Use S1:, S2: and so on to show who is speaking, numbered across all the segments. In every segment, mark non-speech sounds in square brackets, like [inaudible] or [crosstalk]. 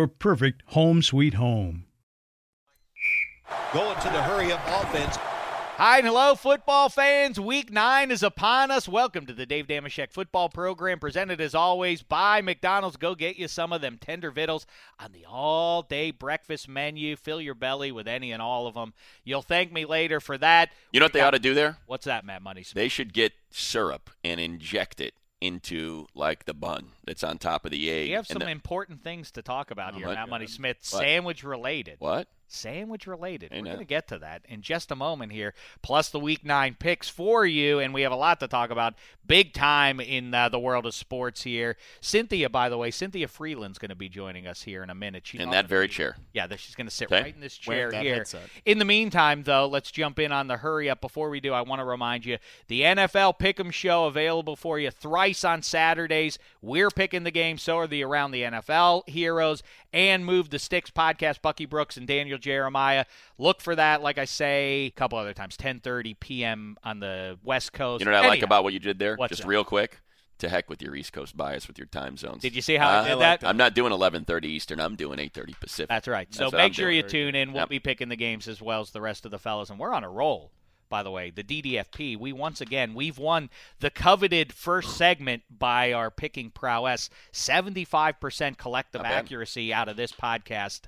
S1: your perfect home sweet home.
S2: Going to the hurry up offense.
S3: Hi and hello, football fans. Week nine is upon us. Welcome to the Dave Damashek football program, presented as always by McDonald's. Go get you some of them tender victuals on the all day breakfast menu. Fill your belly with any and all of them. You'll thank me later for that.
S4: You know what they ought to do there?
S3: What's that, Matt Money? Smith?
S4: They should get syrup and inject it into like the bun that's on top of the egg.
S3: We have
S4: and
S3: some
S4: the-
S3: important things to talk about
S4: Oh,
S3: here,
S4: my
S3: Matt Money
S4: God.
S3: Smith.
S4: What?
S3: Sandwich related.
S4: what?
S3: Sandwich related.
S4: I
S3: We're
S4: know.
S3: going to get to that in just a moment here. Plus the week nine picks for you, and we have a lot to talk about. Big time in uh, the world of sports here. Cynthia, by the way, Cynthia Freeland's going to be joining us here in a minute. She
S4: In
S3: ought
S4: that
S3: to
S4: very
S3: be-
S4: chair.
S3: Yeah, that she's going to sit
S4: Okay.
S3: right in this chair
S2: Wear that
S3: here.
S2: headset.
S3: In the meantime, though, let's jump in on the hurry up. Before we do, I want to remind you the NFL Pick'em Show available for you thrice on Saturdays. We're picking the game, so are the Around the NFL heroes and Move the Sticks podcast. Bucky Brooks and Daniel Jeremiah. Look for that. Like I say, a couple other times, 10:30 p.m. on the West Coast.
S4: You know what I like
S3: Anyhow,
S4: about what you did there?
S3: What's
S4: Just
S3: that?
S4: real quick. To heck with your East Coast bias with your time zones.
S3: Did you see how I
S4: Huh?
S3: did I like that? that.
S4: I'm not doing 11:30 Eastern. I'm doing 8:30 Pacific.
S3: That's right. So
S4: That's what
S3: make
S4: I'm
S3: sure
S4: doing.
S3: you tune in. We'll
S4: Yep.
S3: be picking the games as well as the rest of the fellas, and we're on a roll. By the way, the DDFP, we once again we've won the coveted first segment by our picking prowess. Seventy-five percent collective
S4: Not bad.
S3: accuracy out of this podcast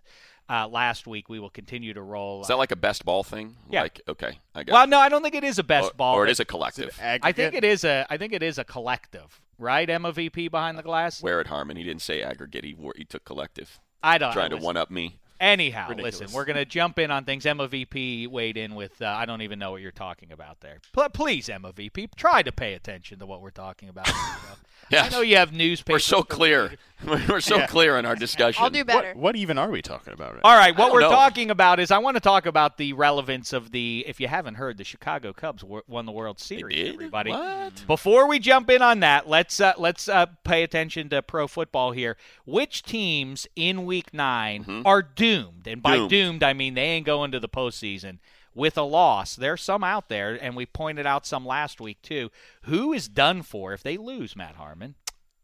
S3: uh, last week. We will continue to roll.
S4: Is that like a best ball thing?
S3: Yeah.
S4: Like okay, I got.
S3: well, no, I don't think it is a
S4: it.
S3: best
S4: or,
S3: ball.
S4: Or it is a
S2: Is it
S4: collective.
S2: aggregate?
S3: I think it is a. I think it is a collective, right? Emma VP behind the glass.
S4: Wear it, Harmon. He didn't say aggregate. He wore, he took collective.
S3: I don't.
S4: trying to
S3: listen.
S4: one up me.
S3: Anyhow,
S2: Ridiculous.
S3: listen, we're going to jump in on things. Emma VP weighed in with, uh, I don't even know what you're talking about there. Pl- please, Emma VP, try to pay attention to what we're talking
S4: [laughs]
S3: about. on the show.
S4: Yeah.
S3: I know you have newspapers.
S4: We're so clear. [laughs] We're so clear in our discussion.
S5: I'll do better.
S2: What, what even are we talking about? Right
S3: All right, what
S4: don't
S3: we're
S4: know.
S3: talking about is I want to talk about the relevance of the, if you haven't heard, the Chicago Cubs wo- won the World
S4: They
S3: Series,
S4: did?
S3: everybody.
S4: What?
S3: Before we jump in on that, let's uh, let's uh, pay attention to pro football here. Which teams in Week 9 are doomed? And by
S4: Mm-hmm. Doomed.
S3: doomed, I mean they ain't going to the postseason with a loss. There's some out there, and we pointed out some last week too. Who is done for if they lose? Matt Harmon.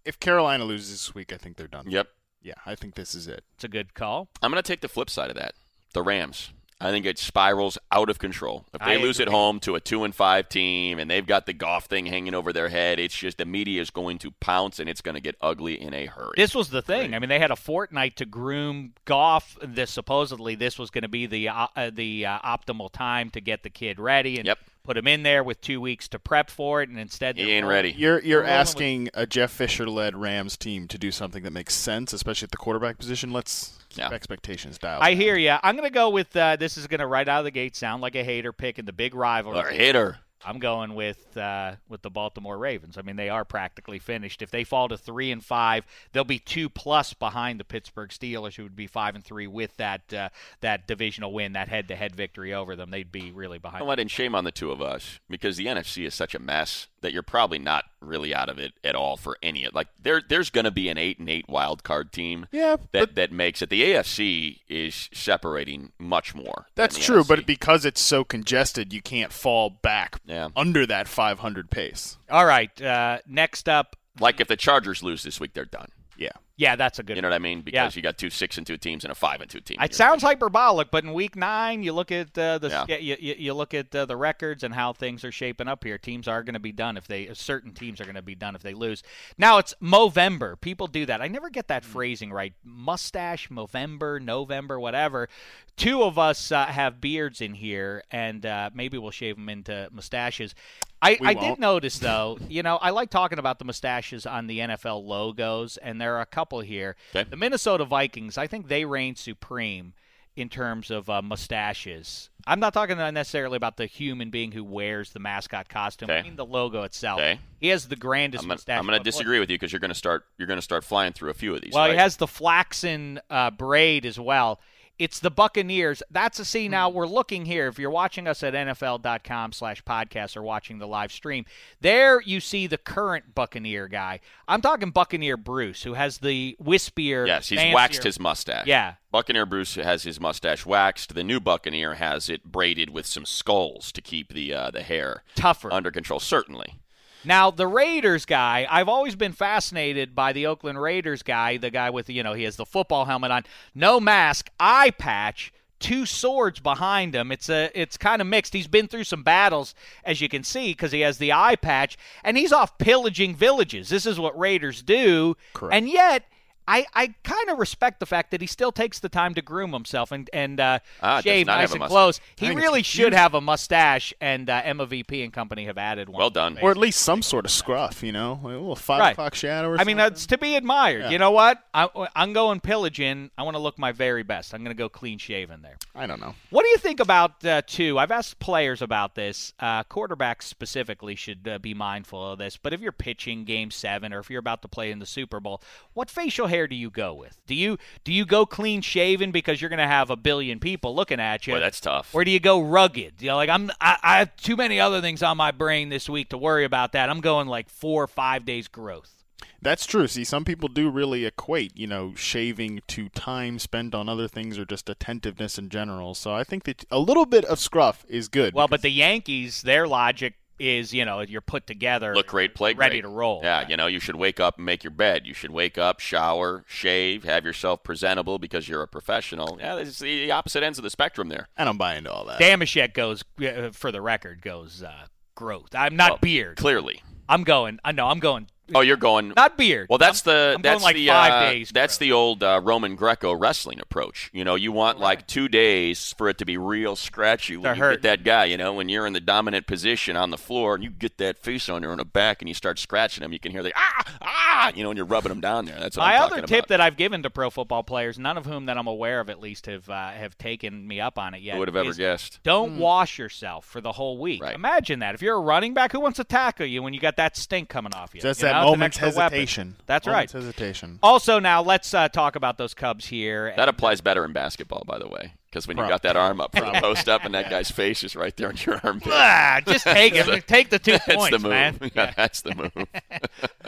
S2: If Carolina loses this week, I think they're done.
S4: Yep.
S2: Yeah, I think this is it.
S3: It's a good call.
S4: I'm going to take the flip side of that. The Rams. I think it spirals out of control. If they
S3: I
S4: lose at
S3: agree.
S4: home to a two and five team and they've got the golf thing hanging over their head, it's just the media is going to pounce and it's going to get ugly in a hurry.
S3: This was the thing. I mean, they had a fortnight to groom Goff. This supposedly this was going to be the uh, uh, the uh, optimal time to get the kid ready and
S4: Yep.
S3: put him in there with two weeks to prep for it, and instead
S4: he
S3: they're
S4: ain't
S3: rolling-
S4: ready.
S2: You're you're
S3: rolling with-
S2: asking a Jeff Fisher led Rams team to do something that makes sense, especially at the quarterback position. Let's keep
S4: Yeah.
S2: expectations dialed.
S3: I
S2: down.
S3: hear you. I'm going to go with uh, this is going to right out of the gate sound like a hater pick in the big rivalry.
S4: Or hitter.
S3: I'm going with uh, with the Baltimore Ravens. I mean, they are practically finished. If they fall to three and five, they'll be two plus behind the Pittsburgh Steelers, who would be five and three with that uh, that divisional win, that head to head victory over them. They'd be really
S4: You
S3: behind.
S4: know what? And shame on the two of us because the NFC is such a mess. that you're probably not really out of it at all for any of like there there's going to be an 8 and 8 wild card team
S2: Yeah,
S4: that that makes it the AFC is separating much more. than
S2: That's
S4: the
S2: true,
S4: NFC.
S2: but because it's so congested, you can't fall back
S4: Yeah.
S2: under that 500 pace.
S3: All right. Uh, next up.
S4: like if the Chargers lose this week, they're done.
S2: Yeah.
S3: Yeah, that's a good
S4: You know what I mean? Because
S3: Yeah.
S4: you got two six and two teams and a five and two team.
S3: It sounds hyperbolic, but in week nine, you look at uh, the
S4: Yeah.
S3: yeah. you, you, you look at uh, the records and how things are shaping up here. Teams are going to be done if they uh, certain teams are going to be done if they lose. Now it's Movember. People do that. I never get that phrasing right. Mustache Movember, November, whatever. Two of us uh, have beards in here, and uh, maybe we'll shave them into mustaches. I,
S2: We
S3: I did
S2: won't.
S3: notice though, you know, I like talking about the mustaches on the NFL logos, and there are a couple here.
S4: Okay.
S3: The Minnesota Vikings, I think they reign supreme in terms of uh, mustaches. I'm not talking necessarily about the human being who wears the mascot costume. I
S4: Okay.
S3: mean the logo itself.
S4: Okay.
S3: He has the grandest
S4: I'm gonna,
S3: mustache.
S4: I'm gonna
S3: but-
S4: disagree with you because you're gonna start you're gonna start flying through a few of these.
S3: Well,
S4: right?
S3: he has the flaxen uh, braid as well. It's the Buccaneers. That's a see now. We're looking here. If you're watching us at NFL.com slash podcast or watching the live stream, there you see the current Buccaneer guy. I'm talking Buccaneer Bruce, who has the wispier.
S4: yes, he's
S3: fancier-
S4: waxed his mustache.
S3: Yeah.
S4: Buccaneer Bruce has his mustache waxed. The new Buccaneer has it braided with some skulls to keep the uh, the hair
S3: Tougher.
S4: under control. Certainly.
S3: Now the Raiders guy, I've always been fascinated by the Oakland Raiders guy, the guy with you know he has the football helmet on, no mask, eye patch, two swords behind him. It's a it's kind of mixed. He's been through some battles as you can see because he has the eye patch and he's off pillaging villages. This is what Raiders do,
S2: Correct.
S3: and yet. I, I kind of respect the fact that he still takes the time to groom himself and and uh,
S4: Ah, does
S3: shave
S4: not
S3: nice
S4: have a
S3: and
S4: mustache.
S3: close.
S2: I
S3: He
S2: think it's
S3: really should have a mustache, and uh, Emma VP and company have added one.
S4: Well done.
S2: Or at least some sort of scruff, you know? Like a little 5
S3: Right.
S2: o'clock shadow or
S3: I mean,
S2: something.
S3: that's to be admired.
S2: Yeah.
S3: You know what? I, I'm going pillaging. I want to look my very best. I'm going to go clean shaven there.
S2: I don't know.
S3: What do you think about uh, two? I've asked players about this. Uh, quarterbacks specifically should uh, be mindful of this. But if you're pitching Game Seven, or if you're about to play in the Super Bowl, what facial hair do you go with? Do you do you go clean shaven because you're going to have a billion people looking at you?
S4: Boy, that's tough.
S3: Or do you go rugged? You know, like I'm, I, I have too many other things on my brain this week to worry about that. I'm going like four or five days growth.
S2: That's true. See, some people do really equate, you know, shaving to time spent on other things or just attentiveness in general. So I think that a little bit of scruff is good.
S3: Well, but the Yankees, their logic is, you know, you're put together,
S4: Look great, play great.
S3: ready to roll.
S4: Yeah, you know, you should wake up and make your bed. You should wake up, shower, shave, have yourself presentable because you're a professional. Yeah, it's the opposite ends of the spectrum there.
S2: I don't buy into all that.
S3: Damashek goes uh, for the record goes uh, growth. I'm not
S4: Well,
S3: beard.
S4: Clearly.
S3: I'm going. I know. I'm going.
S4: Oh, you're going.
S3: Not beard.
S4: Well, that's the
S3: I'm going
S4: that's
S3: like
S4: the
S3: five
S4: uh,
S3: days,
S4: that's
S3: bro.
S4: the old uh, Roman Greco wrestling approach. You know, you want like two days for it to be real scratchy when
S3: To
S4: you
S3: hurt.
S4: get that guy. You know, when you're in the dominant position on the floor and you get that face on your own back and you start scratching him, you can hear the ah ah. You know, and you're rubbing him down there. That's what
S3: my
S4: I'm
S3: other
S4: talking
S3: tip
S4: about.
S3: that I've given to pro football players, none of whom that I'm aware of at least have uh, have taken me up on it yet.
S4: Who would have ever
S3: is
S4: guessed?
S3: Don't
S2: Hmm.
S3: wash yourself for the whole week.
S4: Right.
S3: Imagine that. If you're a running back, who wants to tackle you when you got that stink coming off you?
S2: Just
S3: You
S2: that
S3: know, it's an
S2: moment's
S3: extra weapon.
S2: hesitation.
S3: That's
S2: Moment's
S3: right.
S2: hesitation.
S3: Also, now let's uh, talk about those Cubs here.
S4: That applies better in basketball, by the way, because when you
S2: Prob-
S4: got that arm up from the post up
S3: [laughs]
S4: and that guy's face is right there on your armpit.
S3: Ah, just take it. Take the two
S4: [laughs] That's
S3: points,
S4: the move. [laughs]
S3: man.
S4: Yeah, that's the move.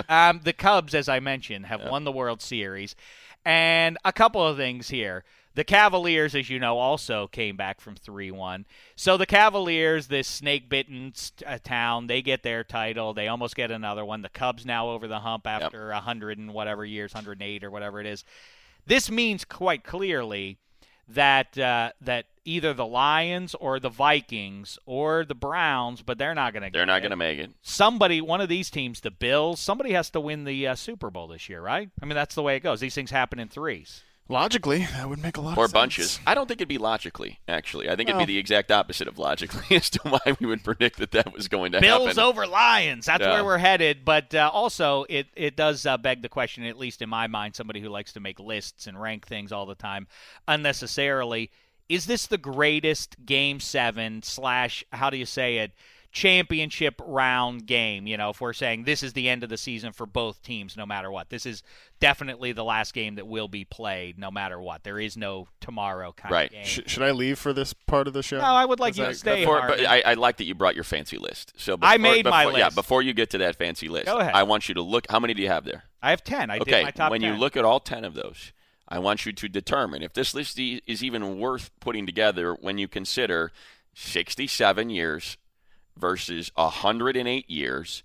S3: Um, the Cubs, as I mentioned, have won the World Series, and a couple of things here. The Cavaliers, as you know, also came back from three-one. So the Cavaliers, this snake-bitten st- uh, town, they get their title. They almost get another one. The Cubs now over the hump after a hundred and whatever years, hundred and eight or whatever it is. This means quite clearly that uh, that either the Lions or the Vikings or the Browns, but they're not going to. [laughs]
S4: They're not going to make it.
S3: somebody, one of these teams, the Bills, somebody has to win the uh, Super Bowl this year, right? I mean, that's the way it goes. These things happen in threes.
S2: Logically, that would make a lot
S4: Or
S2: of sense.
S4: bunches. I don't think it'd be logically, actually. I think
S2: Well-
S3: Oh.
S4: it'd be the exact opposite of logically [laughs] as to why we would predict that that was going to [laughs]
S3: Bills
S4: happen.
S3: over Lions. That's
S4: Yeah.
S3: where we're headed. But uh, also, it it does uh, beg the question, at least in my mind, somebody who likes to make lists and rank things all the time unnecessarily. Is this the greatest Game Seven slash? How do you say it? championship round game. You know, if we're saying this is the end of the season for both teams, no matter what, this is definitely the last game that will be played, no matter what. There is no tomorrow kind
S4: Right.
S3: of game.
S2: Sh- should I leave for this part of the show?
S3: no, I would like
S2: Is
S3: you
S2: that-
S3: to stay.
S4: Before-
S3: Harvey.
S4: but I, I like that you brought your fancy list. So before,
S3: I made my
S4: before- Yeah,
S3: list.
S4: before you get to that fancy list,
S3: Go ahead.
S4: I want you to look. How many do you have there?
S3: I have ten. I
S4: okay,
S3: did my top
S4: when
S3: 10.
S4: you look at all 10 of those, I want you to determine if this list e- is even worth putting together when you consider 67 years versus 108 years,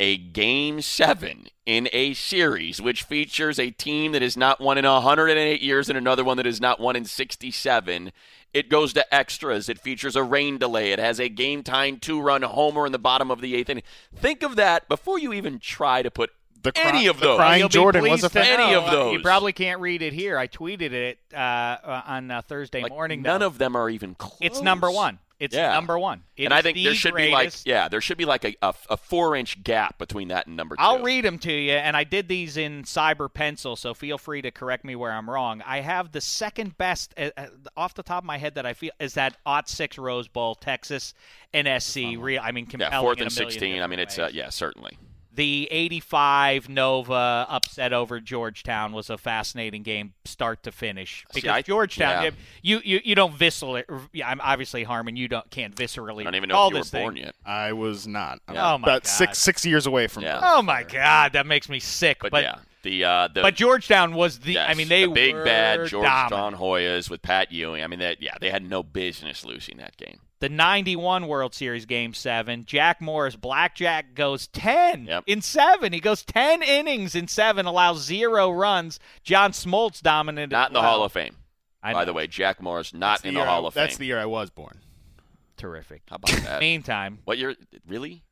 S4: a game 7 in a series which features a team that is not won in 108 years and another one that is not won in 67. It goes to extras. It features a rain delay. It has a game time two run homer in the bottom of the eighth inning. Think of that before you even try to put
S2: The cry-
S4: any of
S2: the
S4: those.
S3: Well,
S2: crying
S3: you'll be
S2: Jordan was
S3: pleased
S2: a
S3: to
S4: fan. Any
S3: know,
S4: of
S3: uh, You
S4: those.
S3: probably can't read it here. I tweeted it uh, uh, on uh, Thursday
S4: Like,
S3: morning.
S4: None
S3: though.
S4: of them are even close.
S3: it's number one. It's
S4: Yeah.
S3: number one. It
S4: and I
S3: is
S4: think
S3: the
S4: there should
S3: greatest.
S4: be like yeah, there should be like a, a, a four inch gap between that and number two.
S3: I'll read them to you, and I did these in Cyber Pencil, so feel free to correct me where I'm wrong. I have the second best, uh, uh, off the top of my head, that I feel is that Ot Six Rose Bowl, Texas, NSC. Real, I mean, compelling.
S4: yeah, fourth
S3: in
S4: and
S3: a million
S4: sixteen. I mean,
S3: different
S4: it's uh,
S3: ways.
S4: yeah, certainly.
S3: The 85 Nova upset over Georgetown was a fascinating game, start to finish.
S4: See,
S3: Because
S4: I-
S3: Georgetown,
S4: yeah.
S3: you, you you don't viscerally. yeah, I'm obviously Harmon. You don't can't viscerally.
S4: I don't even know
S3: all
S4: if you were
S3: this thing.
S4: born yet.
S2: I was not. I'm
S3: Yeah. Oh, my
S2: about
S3: God.
S2: six six years away from.
S4: Yeah.
S3: Oh my God, that makes me sick.
S4: But,
S3: But, but,
S4: yeah, the uh, the
S3: Georgetown was the. I
S4: yes,
S3: mean, they
S4: the big
S3: were
S4: bad Georgetown
S3: dominant.
S4: Hoyas with Pat Ewing. I mean, that yeah, they had no business losing that game.
S3: The 91 World Series Game 7, Jack Morris, Blackjack goes 10
S4: Yep.
S3: in 7. He goes 10 innings in 7, allows zero runs. John Smoltz dominated.
S4: Not in the
S3: well.
S4: Hall of Fame,
S3: I
S4: by
S3: know. uh,
S4: the way. Jack Morris not
S2: That's
S4: in the
S2: year I-
S4: Hall of
S2: That's the
S4: Fame.
S2: year I was born.
S3: Terrific.
S4: How about that?
S3: Meantime,
S4: what year? Really?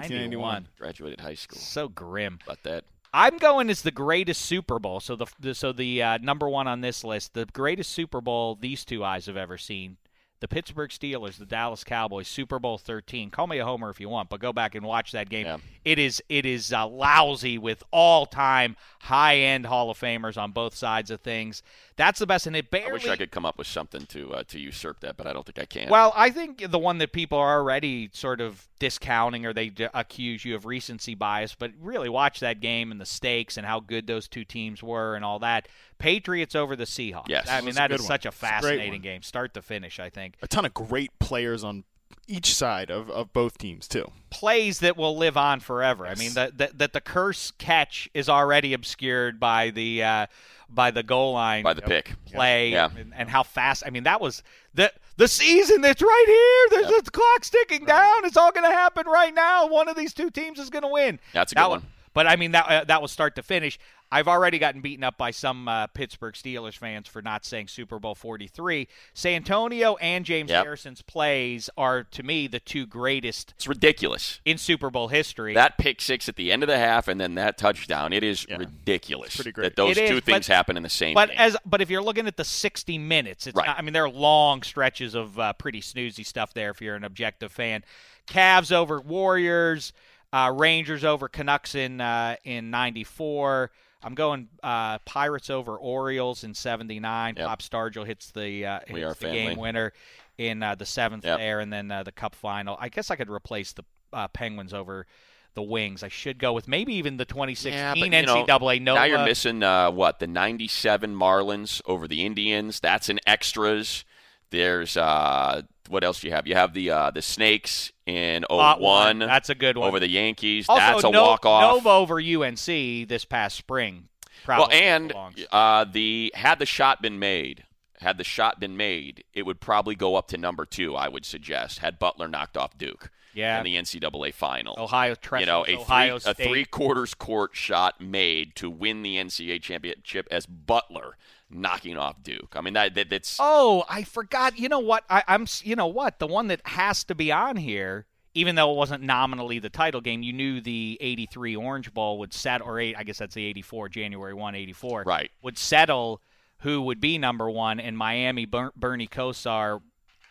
S2: 1991.
S4: Graduated high school.
S3: So grim.
S4: About that.
S3: I'm going as the greatest Super Bowl. So the, the so the uh, number one on this list, the greatest Super Bowl these two eyes have ever seen. The Pittsburgh Steelers, the Dallas Cowboys, Super Bowl 13. Call me a homer if you want, but go back and watch that game.
S4: Yeah.
S3: It is it is uh, lousy with all time high end Hall of Famers on both sides of things. That's the best, and it barely.
S4: I wish I could come up with something to uh, to usurp that, but I don't think I can.
S3: Well, I think the one that people are already sort of discounting or they d- accuse you of recency bias, but really watch that game and the stakes and how good those two teams were and all that. Patriots over the Seahawks.
S4: Yes.
S3: I
S4: That
S3: mean,
S2: was a
S3: that
S2: good
S3: is
S2: one.
S3: such a
S2: It's a great
S3: fascinating
S2: one.
S3: game, start to finish, I think.
S2: A ton of great players on each side of, of both teams too.
S3: Plays that will live on forever. I
S2: Yes.
S3: mean, that, that that the curse catch is already obscured by the uh, by the goal line
S4: by the pick.
S3: play
S4: Yeah.
S3: and, and how fast. I mean, that was the the season that's right here. There's the clock ticking down. It's all going to happen right now. One of these two teams is going to win.
S4: That's a
S3: That
S4: good one.
S3: But I mean, that uh, that was start to finish. I've already gotten beaten up by some uh, Pittsburgh Steelers fans for not saying Super Bowl 43. San Antonio and James
S4: Yep.
S3: Harrison's plays are, to me, the two greatest
S4: It's ridiculous.
S3: in Super Bowl history.
S4: That pick six at the end of the half and then that touchdown. It is
S2: Yeah.
S4: ridiculous
S2: It's pretty great.
S4: that those
S3: It is,
S4: two
S3: but-
S4: things happen in the same
S3: But
S4: game.
S3: as but if you're looking at the 60 minutes, it's
S4: Right.
S3: not, I mean there are long stretches of uh, pretty snoozy stuff there if you're an objective fan. Cavs over Warriors, uh, Rangers over Canucks in uh, in 94. I'm going uh, Pirates over Orioles in 79.
S4: Yep.
S3: Pop Stargell hits the uh,
S4: We
S3: hits the
S4: are family.
S3: game winner in uh, the 7th
S4: Yep.
S3: there and then uh, the cup final. I guess I could replace the uh, Penguins over the Wings. I should go with maybe even the 2016
S4: Yeah, but, you know,
S3: NCAA no
S4: now you're missing uh, what the '97 Marlins over the Indians. That's in extras. There's uh, what else do you have? You have the uh, the Snakes in
S3: Lot
S4: 01
S3: That's a good Uh, one.
S4: Oh, over the Yankees.
S3: also,
S4: That's a
S3: no,
S4: walk off.
S3: Nova over UNC this past spring. Probably
S4: Well, and
S3: belongs.
S4: uh, the had the shot been made, had the shot been made, it would probably go up to number two. I would suggest had Butler knocked off Duke
S3: yeah,
S4: in the NCAA final.
S3: Ohio Tre-
S4: you know, a
S3: Ohio
S4: three, a
S3: State.
S4: three quarters court shot made to win the NCAA championship as Butler knocking off Duke. I mean that, that that's
S3: Oh, I forgot. You know what? I, I'm. s- You know what? The one that has to be on here, even though it wasn't nominally the title game, you knew the '83 Orange Bowl would set, or eight. I guess that's the '84 January one '84.
S4: right.
S3: would settle who would be number one, and Miami Ber- Bernie Kosar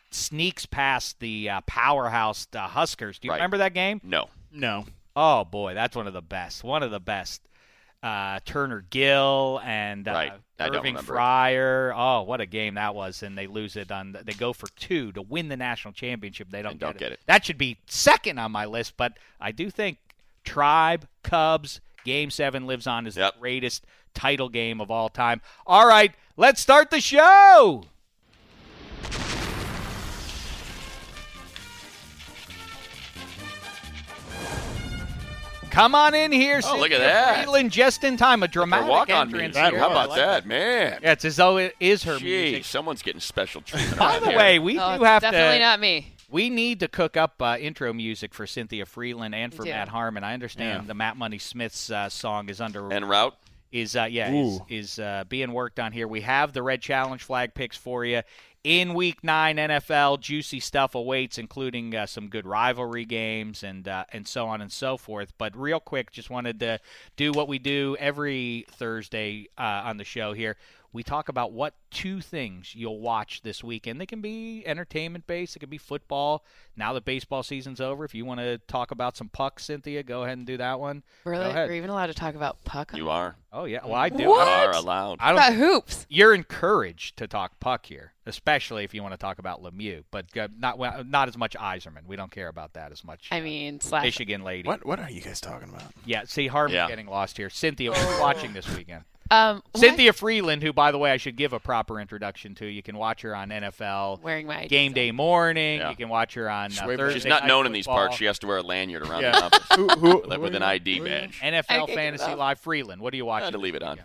S3: sneaks past the uh, powerhouse uh, Huskers. Do you
S4: Right.
S3: remember that game?
S4: No,
S2: No,
S3: Oh boy, that's one of the best. One of the best. uh, Turner Gill and uh,
S4: Right. I don't
S3: Irving
S4: remember it.
S3: Fryer. Oh, what a game that was! And they lose it on. They go for two to win the national championship. They don't,
S4: They don't get it.
S3: That should be second on my list, but I do think Tribe Cubs Game Seven lives on as
S4: Yep.
S3: the greatest title game of all time. All right, let's start the show. Come on in here,
S4: Oh, look at
S3: Cynthia
S4: that.
S3: Freeland, just in time. A
S4: Her
S3: dramatic
S4: walk on music.
S3: entrance.
S4: How
S3: here.
S4: about
S2: like
S4: that, man?
S3: Yeah, it's as though it is her
S4: Jeez,
S3: music.
S4: someone's
S3: [laughs]
S4: getting special treatment.
S3: By
S4: around
S3: the
S4: here.
S3: way, we
S5: No,
S3: do
S5: Oh, it's
S3: have
S5: definitely
S3: to.
S5: not me.
S3: We need to cook up uh, intro music for Cynthia Freeland and for
S5: do.
S3: Matt Harmon. I understand
S2: Yeah.
S3: the Matt Money Smith's uh, song is under
S4: en route.
S3: is uh, yeah is, is uh, being worked on here. We have the red challenge flag picks for you in Week Nine NFL. Juicy stuff awaits, including uh, some good rivalry games and uh, and so on and so forth. But real quick, just wanted to do what we do every Thursday uh, on the show here. We talk about what two things you'll watch this weekend. They can be entertainment based. It can be football. Now that baseball season's over, if you want to talk about some pucks, Cynthia, go ahead and do that one.
S5: Really?
S3: ahead.
S5: We're even allowed to talk about puck?
S4: You are.
S3: Oh yeah, well I do.
S5: What?
S4: You are allowed.
S3: I don't
S5: about hoops.
S3: you're encouraged to talk puck here, especially if you want to talk about Lemieux, but uh, not well, not as much Iserman. We don't care about that as much. uh,
S5: I mean, slash.
S3: Michigan lady.
S2: What what are you guys talking about?
S3: Yeah, see Harmon
S4: Yeah.
S3: getting lost here. Cynthia was watching this weekend.
S5: Um, Oh. what?
S3: Cynthia Freeland, who by the way I should give a proper introduction to. You can watch her on NFL
S5: wearing my
S3: Game Day Morning.
S4: Yeah.
S3: You can watch her on uh,
S2: She's
S3: Thursday
S4: She's not
S3: Night
S4: known in these
S3: Football.
S4: parks. She has to wear a lanyard around
S2: Yeah.
S4: the office
S2: Who, who,
S5: [laughs]
S4: with, with an ID badge.
S5: I
S3: NFL
S5: can give
S3: Fantasy
S5: up.
S3: Live Freeland. What are you
S4: I
S3: watching?
S4: had to leave it on.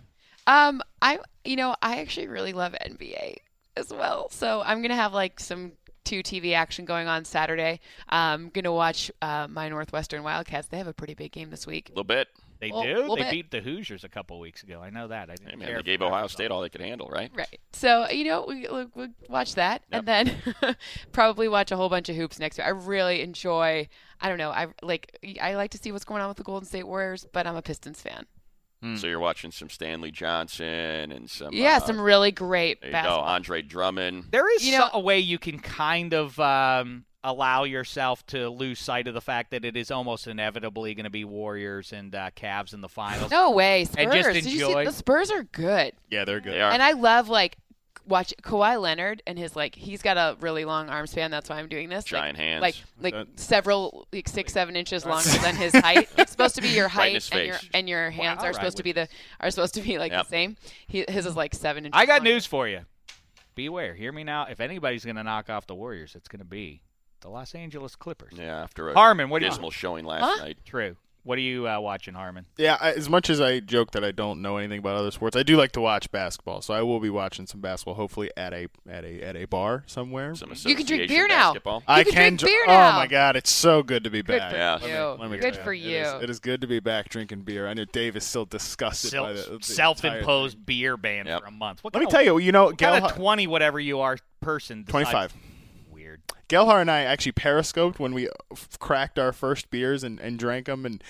S5: Um, I you know I actually really love NBA as well, so I'm gonna have like some two TV action going on Saturday. I'm gonna watch uh, my Northwestern Wildcats. They have a pretty big game this week.
S4: A little bit.
S3: They
S5: Well,
S3: do.
S5: well,
S3: they
S5: but-
S3: beat the Hoosiers a couple weeks ago. I know that. I didn't
S4: Hey,
S3: care
S4: man, they
S3: for
S4: gave
S3: that
S4: Ohio
S3: result.
S4: State all they could handle, right?
S5: Right. So you know we we'll, we'll watch that and then [laughs] probably watch a whole bunch of hoops next week. I really enjoy. I don't know. I like I like to see what's going on with the Golden State Warriors, but I'm a Pistons fan.
S4: So you're watching some Stanley Johnson and some.
S5: Mm. yeah,
S4: uh,
S5: some really great
S4: There you go,
S5: basketball.
S4: Andre Drummond.
S3: There is
S5: You know-
S3: so- a way you can kind of um, allow yourself to lose sight of the fact that it is almost inevitably going to be Warriors and uh, Cavs in the finals.
S5: [gasps] No way, Spurs.
S3: And just
S5: Did you see
S3: enjoy-
S5: the Spurs are good?
S2: Yeah, they're good.
S4: They are.
S5: And I love like watch Kawhi Leonard and his like he's got a really long arm span. That's why I'm doing this.
S4: Giant
S5: like,
S4: hands.
S5: Like like
S2: That-
S5: several like six seven inches longer
S2: [laughs]
S5: than his height. It's supposed to be
S4: [laughs]
S5: your
S4: Right in
S5: height
S4: his
S5: and your
S4: face.
S5: and your hands
S3: all
S5: are
S3: right
S5: supposed to
S3: with
S5: be the are supposed to be like
S4: Yep.
S5: the same. He, his is like seven inches.
S3: I got
S5: longer.
S3: news for you. Beware. Hear me now. If anybody's going to knock off the Warriors, it's going to be the Los Angeles Clippers.
S4: yeah, after a
S3: Harmon, what do you-
S4: dismal showing last
S5: Huh?
S4: night.
S3: [laughs] True. What are you uh, watching, Harmon?
S2: Yeah, I, as much as I joke that I don't know anything about other sports, I do like to watch basketball. So I will be watching some basketball, hopefully at a at a at a bar somewhere.
S4: Some
S5: You can drink
S4: association
S5: beer now.
S4: basketball.
S2: I
S5: can
S2: can
S5: drink
S2: dr-
S5: beer
S2: Oh
S5: now.
S2: my god, it's so good to be
S5: Good
S2: back.
S5: for
S4: Yeah.
S5: you.
S2: Let me
S5: Good
S2: tell
S5: for
S2: you,
S5: you.
S2: It is, it is good to be back drinking beer. I know Dave is still disgusted
S3: Self,
S2: by the, the entire-
S3: self-imposed beer ban
S4: Yep.
S3: for a month. What
S2: Let me
S3: kind
S2: tell
S3: of-
S2: you, you know,
S3: what kind
S2: Gelhar-
S3: of twenty whatever you are person. decides-
S2: 25.
S3: Weird.
S2: Gelhar and I actually periscoped when we f- cracked our first beers and, and drank them, and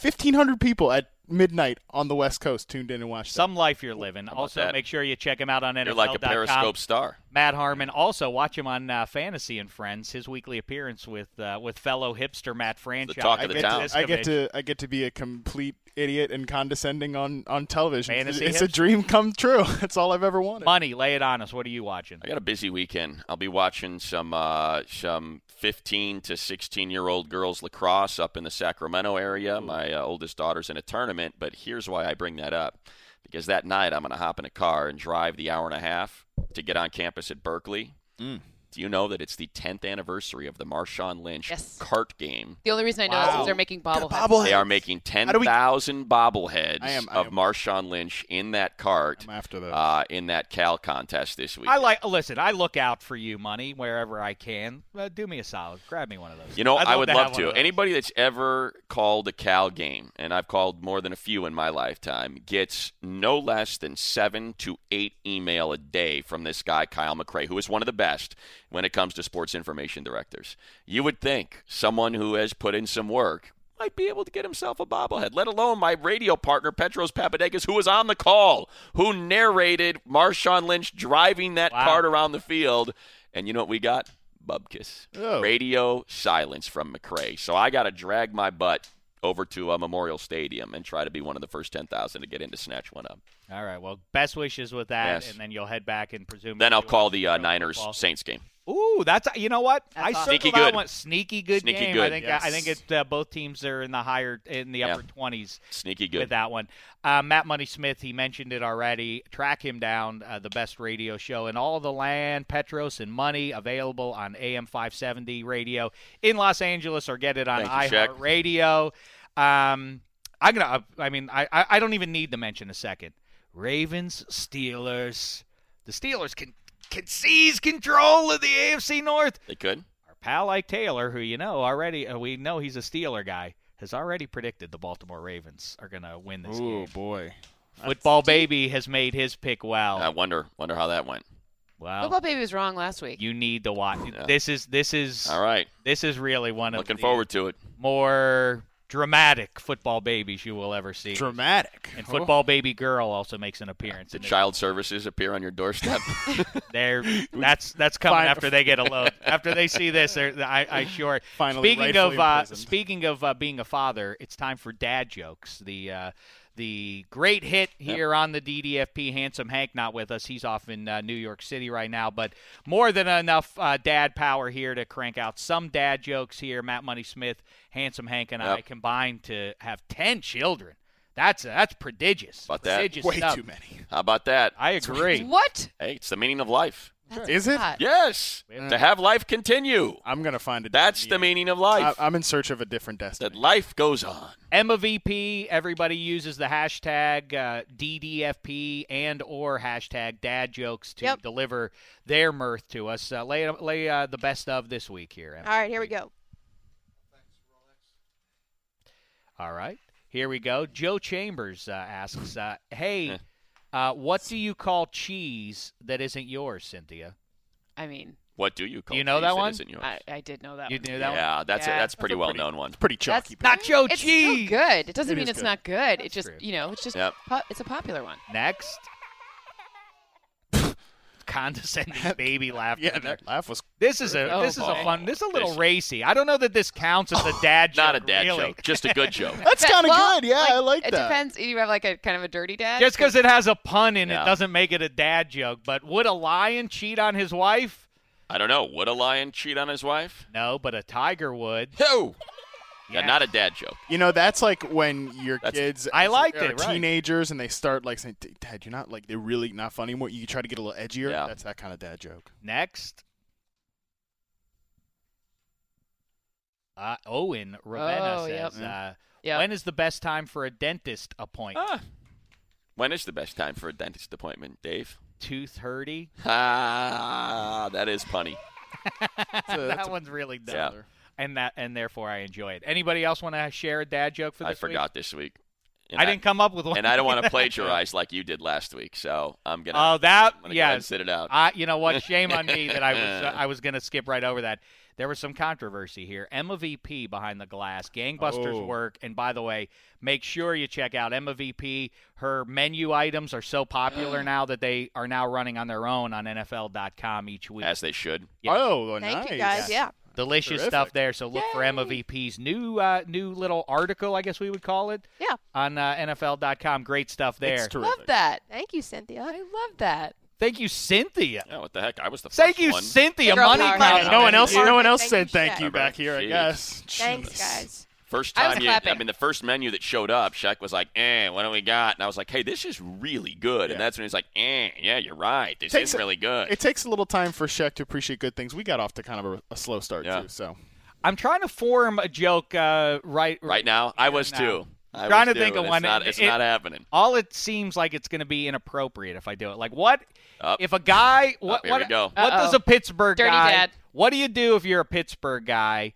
S2: 1,500 people at midnight on the West Coast tuned in and watched. that.
S3: Some life you're living. Also,
S4: that?
S3: make sure you check him out on NFL.com.
S4: You're like a Periscope star.
S3: Matt Harmon. Also, watch him on uh, Fantasy and Friends. His weekly appearance with uh, with fellow hipster Matt Franchise.
S4: talk of
S2: I
S4: the
S2: get,
S4: town.
S2: to, I get to I get to be a complete idiot and condescending on on television. It's-
S3: Fantasy
S2: it's a
S3: hipster.
S2: dream come true. [laughs] That's all I've ever wanted.
S3: money. Lay it on us. What are you watching?
S4: I got a busy weekend. I'll be watching some uh, some 15 to 16 year old girls lacrosse up in the Sacramento area. My uh, oldest daughter's in a tournament, but here's why I bring that up because that night I'm going to hop in a car and drive the hour and a half to get on campus at Berkeley.
S2: Mm.
S4: Do you know that it's the 10th anniversary of the Marshawn Lynch
S5: Yes.
S4: cart game?
S5: The only reason I know is
S2: Wow.
S5: they're making bobbleheads.
S4: They are making
S2: do we-
S4: 10,000 bobbleheads
S2: I am- I
S4: of
S2: am-
S4: Marshawn Lynch in that cart
S2: I'm after those.
S4: uh, in that Cal contest this week.
S3: I like. Listen, I look out for you, money, wherever I can. Uh, do me a solid. Grab me one of those.
S4: You know,
S3: I'd
S4: I would
S3: have
S4: love
S3: one
S4: to.
S3: of those.
S4: Anybody that's ever called a Cal game, and I've called more than a few in my lifetime, gets no less than seven to eight email a day from this guy, Kyle McRae, who is one of the best when it comes to sports information directors. You would think someone who has put in some work might be able to get himself a bobblehead, let alone my radio partner, Petros Papadakis, who was on the call, who narrated Marshawn Lynch driving that
S3: Wow.
S4: cart around the field. And you know what we got? Bubkiss.
S2: Oh.
S4: Radio silence from McRae. So I got to drag my butt over to uh, Memorial Stadium and try to be one of the first 10,000 to get in to snatch one up.
S3: All right. Well, best wishes with that,
S4: Yes.
S3: and then you'll head back and presume.
S4: Then I'll call the uh, Niners Saints game.
S3: Ooh, that's you know what
S5: That's
S3: I
S5: awesome.
S3: circled
S4: Sneaky
S3: that
S4: good.
S3: one. Sneaky good
S4: Sneaky
S3: game. I
S4: good.
S3: think I
S2: Yes.
S3: think it uh, both teams are in the higher in the
S4: Yeah.
S3: upper twenties.
S4: Sneaky
S3: with
S4: good.
S3: that one. Uh, Matt Money Smith, he mentioned it already. Track him down, uh, the best radio show in all the land. Petros and Money available on AM 570 radio in Los Angeles, or get it on
S4: Thank you, Shaq.
S3: iHeartRadio. Um, I'm gonna. uh, I mean, I, I I don't even need to mention a second. Ravens, Steelers. The Steelers can can seize control of the AFC North
S4: They could.
S3: our pal Ike Taylor, who you know already, uh, we know he's a Steeler guy, has already predicted the Baltimore Ravens are going to win
S4: Uh,
S3: this
S2: Ooh
S3: game.
S2: boy.
S3: Football baby has made his pick well.
S4: I wonder wonder how that went.
S3: well,
S5: Football Baby was wrong last week.
S3: you need to watch.
S4: Yeah.
S3: This is this is
S4: All right.
S3: this is really one
S4: Looking
S3: of the
S4: forward to it.
S3: more dramatic football babies you will ever see.
S2: Dramatic.
S3: and football baby girl also makes an appearance.
S4: Did
S3: in it.
S4: child services appear on your doorstep?
S3: [laughs]
S4: [laughs]
S2: [laughs]
S3: They're, that's that's coming
S2: Fine.
S3: after they get a
S2: [laughs]
S3: load. after they see this, they're, I, I sure.
S2: Finally,
S3: speaking
S2: rightfully
S3: of uh,
S2: imprisoned.
S3: speaking of uh, being a father, it's time for dad jokes. The uh, the great hit here on the DDFP. Handsome Hank not with us. He's off in uh, New York City right now, but more than enough uh, dad power here to crank out some dad jokes here. Matt Money Smith, Handsome Hank, and I
S4: Yep.
S3: combined to have ten children. That's that's prodigious.
S4: About that.
S3: prodigious
S2: Way
S3: stuff.
S2: too many.
S4: how about that?
S3: I agree.
S5: What?
S4: Hey, it's the meaning of life.
S5: That's
S2: Is it?
S5: hot.
S4: Yes. To have life continue.
S2: I'm gonna find it.
S4: That's the meaning of life.
S2: I, am in search of a different
S4: that
S2: destiny.
S4: life goes on.
S3: Emma VP. Everybody uses the hashtag uh, DDFP and or hashtag Dad Jokes to
S6: Yep.
S3: deliver their mirth to us. Uh, lay lay uh, the best of this week here. Emma.
S6: All right, here we go.
S3: All right, here we go. Joe Chambers uh, asks, uh, "Hey, uh, what do you call cheese that isn't yours, Cynthia?
S5: I mean,
S4: What do you call
S3: You know
S4: cheese
S3: that one?
S4: isn't yours?
S5: I, I did know that.
S3: You
S5: one.
S3: knew that one.
S4: yeah, that's
S3: Yeah.
S4: a, that's pretty
S2: a
S4: well
S2: pretty-
S4: known one.
S2: It's pretty
S5: That's
S2: chunky.
S3: Not Nacho
S5: it's
S3: cheese.
S5: Still good. It doesn't
S2: It
S5: mean
S2: is
S5: it's
S2: good.
S5: not good. It just
S3: true.
S5: you know, it's just
S4: Yep.
S5: po- it's a popular one.
S3: Next."
S4: [laughs]
S3: Condescending baby laughter.
S2: [laughs] yeah,
S3: there.
S2: that laugh was.
S3: This is a
S5: Oh,
S3: this is a
S4: boy.
S3: fun. This is a little
S4: This-
S3: racy. I don't know that this counts as a dad joke.
S4: [laughs] Not a dad
S3: really.
S4: joke, just a good [laughs] joke.
S2: That's
S5: But-
S2: kind of
S5: well,
S2: good. Yeah, I like
S5: it
S2: that.
S5: depends. You have like a kind of a dirty
S3: [laughs]
S5: dad.
S3: Just because it has a pun in it
S4: Yeah.
S3: doesn't make it a dad joke. But would a lion cheat on his wife?
S4: I don't know. Would a lion cheat on his wife?
S3: No, but a tiger would.
S4: No. Yeah,
S3: Yeah.
S4: not a dad joke.
S2: You know, that's like when your
S4: That's-
S2: kids,
S3: I liked
S2: are
S3: it, right.
S2: teenagers, and they start like saying, "D- "Dad, you're not like they're really not funny anymore." You try to get a little edgier.
S4: Yeah.
S2: That's that kind of dad joke.
S3: Next. Uh, Owen Ravenna
S5: Oh, yep.
S3: says, uh,
S5: Yep.
S3: "When is the best time for a dentist [gasps] appointment?
S4: Ah. When is the best time for a dentist appointment, Dave? [laughs]
S3: Two thirty.
S4: Ah, that is punny.
S3: [laughs] that one's really dumb,
S4: Yeah.
S3: and that and therefore I enjoy it. Anybody else want to share a dad joke for this
S4: I
S3: week?
S4: forgot this week. And
S3: I didn't come up with one,
S4: and I don't
S3: [laughs]
S4: want to plagiarize like you did last week, so I'm gonna.
S3: Oh, that
S4: I'm gonna go ahead and
S3: yes.
S4: sit it out.
S3: I, you know what? Shame on me that I was uh,
S4: [laughs]
S3: I was going to skip right over that. There was some controversy here. Emma VP behind the glass, gangbusters
S2: Oh.
S3: work. And by the way, make sure you check out Emma VP. Her menu items are so
S4: [gasps]
S3: popular now that they are now running on their own on NFL.com each week.
S4: As they should.
S3: Yeah.
S2: Oh, well,
S6: Thank
S2: nice.
S6: you guys. Yeah.
S3: Delicious
S2: terrific.
S3: stuff there. So look for Emma VP's new uh, new little article, I guess we would call it.
S6: Yeah.
S3: On uh, NFL.com, great stuff there.
S2: It's terrific.
S5: Love that.
S6: Thank you, Cynthia.
S5: I love that.
S3: Thank you, Cynthia.
S4: Yeah, what the heck? I was the
S3: Thank
S4: first
S3: you,
S4: one.
S3: Cynthia.
S5: Girl
S3: Money
S5: power.
S3: Cloud.
S5: Yeah,
S2: No one
S6: Thank
S2: else.
S6: you.
S2: No one else
S6: Thank
S2: said
S6: you,
S2: thank
S6: Shaq.
S2: you back here. I
S4: Jeez.
S2: guess.
S6: Thanks,
S2: Jeez.
S6: guys.
S4: First
S5: I was
S4: time you, I
S5: clapping.
S4: mean, the first menu that showed up, Shaq was like, "Eh, what do we got?" And I was like, "Hey, this is really good." And
S2: Yeah.
S4: that's when he's like, "Eh, yeah, you're right. This
S2: Takes
S4: is
S2: a-
S4: really good."
S2: Uh, It takes a little time for Shaq to appreciate good things. We got off to kind of a, a slow start
S4: Yeah.
S2: too. So
S3: I'm trying to form a joke uh, right
S4: right now, I was
S3: now.
S4: too. I
S3: Trying
S4: was
S3: to think
S4: too,
S3: of
S4: and
S3: one.
S4: It's not, it's
S3: It-
S4: not happening.
S3: All it seems like it's going to be inappropriate if I do it. Like what
S4: Up.
S3: if a guy what
S4: here
S3: what,
S4: we go.
S3: what does
S5: Uh-oh.
S3: a Pittsburgh
S5: Dirty
S3: guy
S5: dad.
S3: what do you do if you're a Pittsburgh guy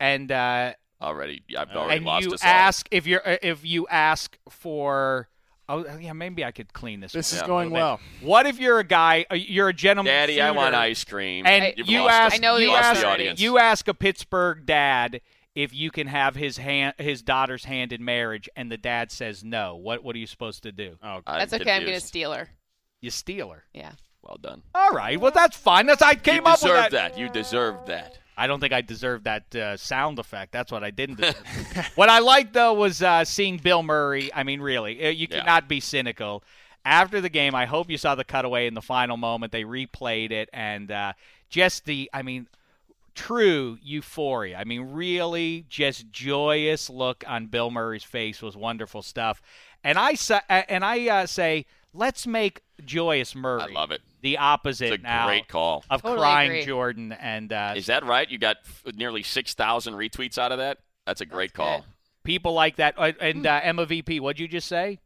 S3: and uh,
S4: Already, I've already
S3: and
S4: lost
S3: you
S4: us all.
S3: ask if you're uh, if you ask for oh yeah maybe I could clean this
S2: this
S3: one
S2: is
S3: up a
S2: going
S3: little
S2: well.
S3: bit. What if you're a guy uh, you're a gentleman
S4: Daddy, I want
S3: suitor,
S4: ice cream.
S3: and
S4: You've
S3: you
S4: lost
S3: ask
S4: us.
S5: I know
S3: you
S5: the
S3: ask,
S5: answer.
S4: audience.
S3: you ask a Pittsburgh dad if you can have his hand his daughter's hand in marriage and the dad says no what what are you supposed to do
S2: Oh,
S4: I'm
S5: That's okay. I'm gonna
S4: confused.
S5: steal her.
S3: you steal her
S5: Yeah.
S4: Well done.
S3: All right. Well, that's fine. That's I came
S4: you
S3: up with that.
S4: deserve that. You deserve that.
S3: I don't think I deserved that uh, sound effect. That's what I didn't. Deserve. [laughs] what I liked though was uh, seeing Bill Murray. I mean, really, uh, you
S4: Yeah.
S3: cannot be cynical. After the game, I hope you saw the cutaway in the final moment. They replayed it, and uh, just the, I mean, true euphoria. I mean, really, just joyous look on Bill Murray's face was wonderful stuff. And I sa- and I uh, say, let's make joyous Murray
S4: I love it.
S3: the opposite
S4: It's a
S3: now
S4: great call.
S3: of
S5: Totally
S3: crying
S5: agree.
S3: Jordan and uh,
S4: Is that right? You got f- nearly 6,000 retweets out of that? That's a great
S5: That's
S4: call.
S5: good.
S3: people like that. Uh, And
S6: Hmm.
S3: uh, Emma VP, what'd you just say?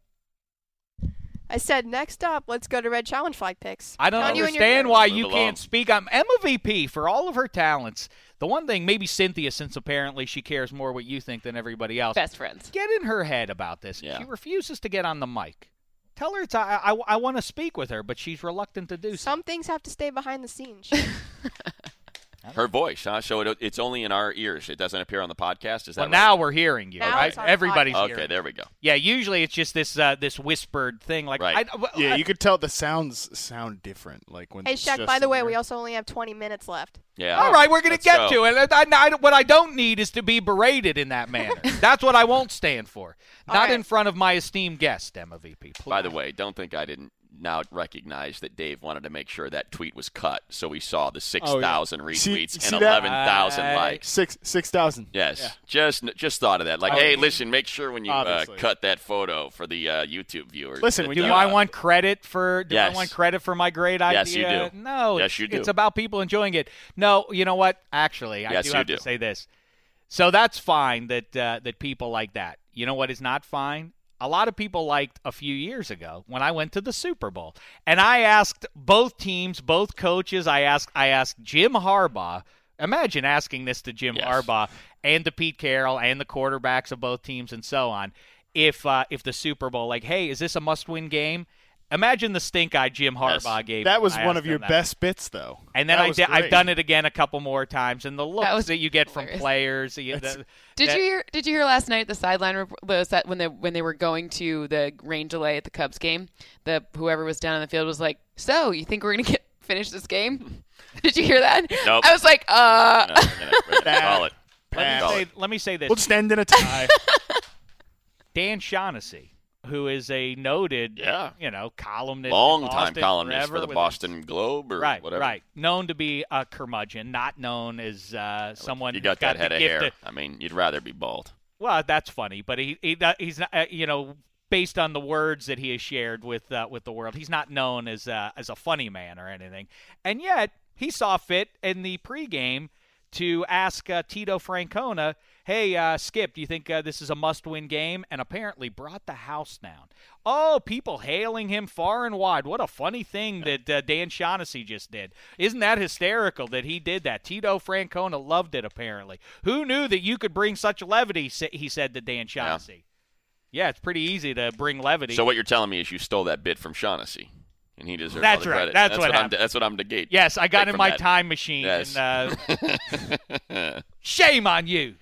S6: I said, next up, let's go to Red Challenge flag picks.
S3: I don't
S5: Not you and your
S3: understand
S5: girl.
S3: why
S4: Move
S3: you
S4: along.
S3: can't speak. I'm Emma VP for all of her talents. The one thing, maybe Cynthia, since apparently she cares more what you think than everybody else.
S5: Best friends.
S3: Get in her head about this.
S4: Yeah.
S3: She refuses to get on the mic. Tell her it's I I, I want to speak with her, but she's reluctant to do so.
S6: Some things have to stay behind
S3: [laughs]
S6: the scenes.
S4: Her voice, huh? So it, it's only in our ears. It doesn't appear on the podcast. Is that
S3: Well,
S4: right?
S3: now we're hearing you.
S6: Now
S3: right?
S6: it's on the
S3: Everybody's
S6: podcast.
S3: hearing.
S4: Okay, there we go.
S3: Yeah, usually it's just this uh, this whispered thing. Like,
S4: Right.
S3: I, well,
S2: Yeah,
S3: I-
S2: you could tell the sounds sound different. Like when
S6: hey,
S2: it's
S6: Shaq,
S2: just
S6: by the
S2: in
S6: way,
S2: your-
S6: we also only have 20 minutes left.
S4: Yeah.
S3: All right, we're going to
S4: Let's
S3: get
S4: go.
S3: to it. I, I- I- what I don't need is to be berated in that
S6: [laughs]
S3: manner. That's what I won't stand for.
S6: All
S3: Not
S6: right.
S3: in front of my esteemed guest, Emma VP. Please.
S4: By the way, don't think I didn't now recognize that Dave wanted to make sure that tweet was cut, so we saw
S3: Oh,
S4: the 6,000
S2: See-
S4: retweets
S2: see
S4: and
S2: that?
S4: 11,000
S3: I-
S4: likes.
S2: six six thousand.
S4: Yes, just just thought of that. Like,
S2: I
S4: hey,
S2: mean,
S4: listen, make sure when you uh,
S2: obviously.
S4: cut that photo for the uh, YouTube viewers.
S2: Listen,
S4: that,
S2: when
S3: do
S2: you-
S4: uh, [laughs]
S3: I want credit for? Do I
S4: Yes.
S3: want credit for my great idea?
S4: Yes, you do.
S3: No.
S4: Yes, you do.
S3: It's about people enjoying it. No, you know what? Actually, I
S4: Yes,
S3: do
S4: you
S3: have
S4: do.
S3: to say this. So that's fine that uh, that people like that. You know what is not fine? A lot of people liked a few years ago when I went to the Super Bowl, and I asked both teams, both coaches. I asked I asked Jim Harbaugh. Imagine asking this to Jim
S4: Yes.
S3: Harbaugh and to Pete Carroll and the quarterbacks of both teams and so on. If uh, if the Super Bowl, like, hey, is this a must-win game? Imagine the stink eye Jim
S4: Yes.
S3: Harbaugh gave.
S2: That
S3: me
S2: was
S3: when I
S2: one
S3: asked
S2: of your
S3: him that.
S2: best bits, though.
S3: And then
S2: That
S3: I
S2: was
S3: did, I've
S2: great.
S3: done it again a couple more times, and the looks that,
S5: was
S3: you get from
S5: hilarious.
S3: players. you- the-
S5: Did
S3: that-
S5: you hear? Did you hear last night at the sideline report those that when they when they were going to the rain delay at the Cubs game? The whoever was down on the field was like, "So you think we're gonna get [laughs] finish this game?" [laughs] did you hear that?
S4: Nope.
S5: I was like, "Uh."
S4: No, we're gonna- we're gonna call it.
S3: Let me,
S4: Call
S3: say,
S4: it.
S3: let me say this:
S2: We'll just end in a tie.
S3: Dan Shaughnessy, who is a noted,
S4: Yeah.
S3: you know, columnist, in
S4: Long time
S3: Boston,
S4: columnist
S3: forever
S4: for the
S3: with-
S4: Boston Globe or
S3: right,
S4: whatever.
S3: right, known to be a curmudgeon, not known as uh, someone
S4: You
S3: who's
S4: got that
S3: the
S4: head of
S3: gift
S4: hair. I mean, you'd rather be bald.
S3: Well, that's funny, but he, he he's not, uh, you know based on the words that he has shared with uh, with the world, he's not known as uh, as a funny man or anything. And yet, he saw fit in the pregame to ask uh, Tito Francona, "Hey, uh, Skip, do you think uh, this is a must-win game?" And apparently, brought the house down. Oh, people hailing him far and wide. What a funny thing that uh, Dan Shaughnessy just did. Isn't that hysterical that he did that? Tito Francona loved it. Apparently, who knew that you could bring such levity? sa- He said to Dan Shaughnessy. Yeah, it's pretty easy to bring levity.
S4: So what you're telling me is you stole that bit from Shaughnessy, and he deserves
S3: That's
S4: all the
S3: right.
S4: credit.
S3: That's what
S4: I'm.
S3: happened.
S4: That's what I'm negating.
S3: yes, I got
S4: Take
S3: in
S4: from
S3: my
S4: that.
S3: time machine.
S4: Yes.
S3: And, uh, [laughs] Shame on you.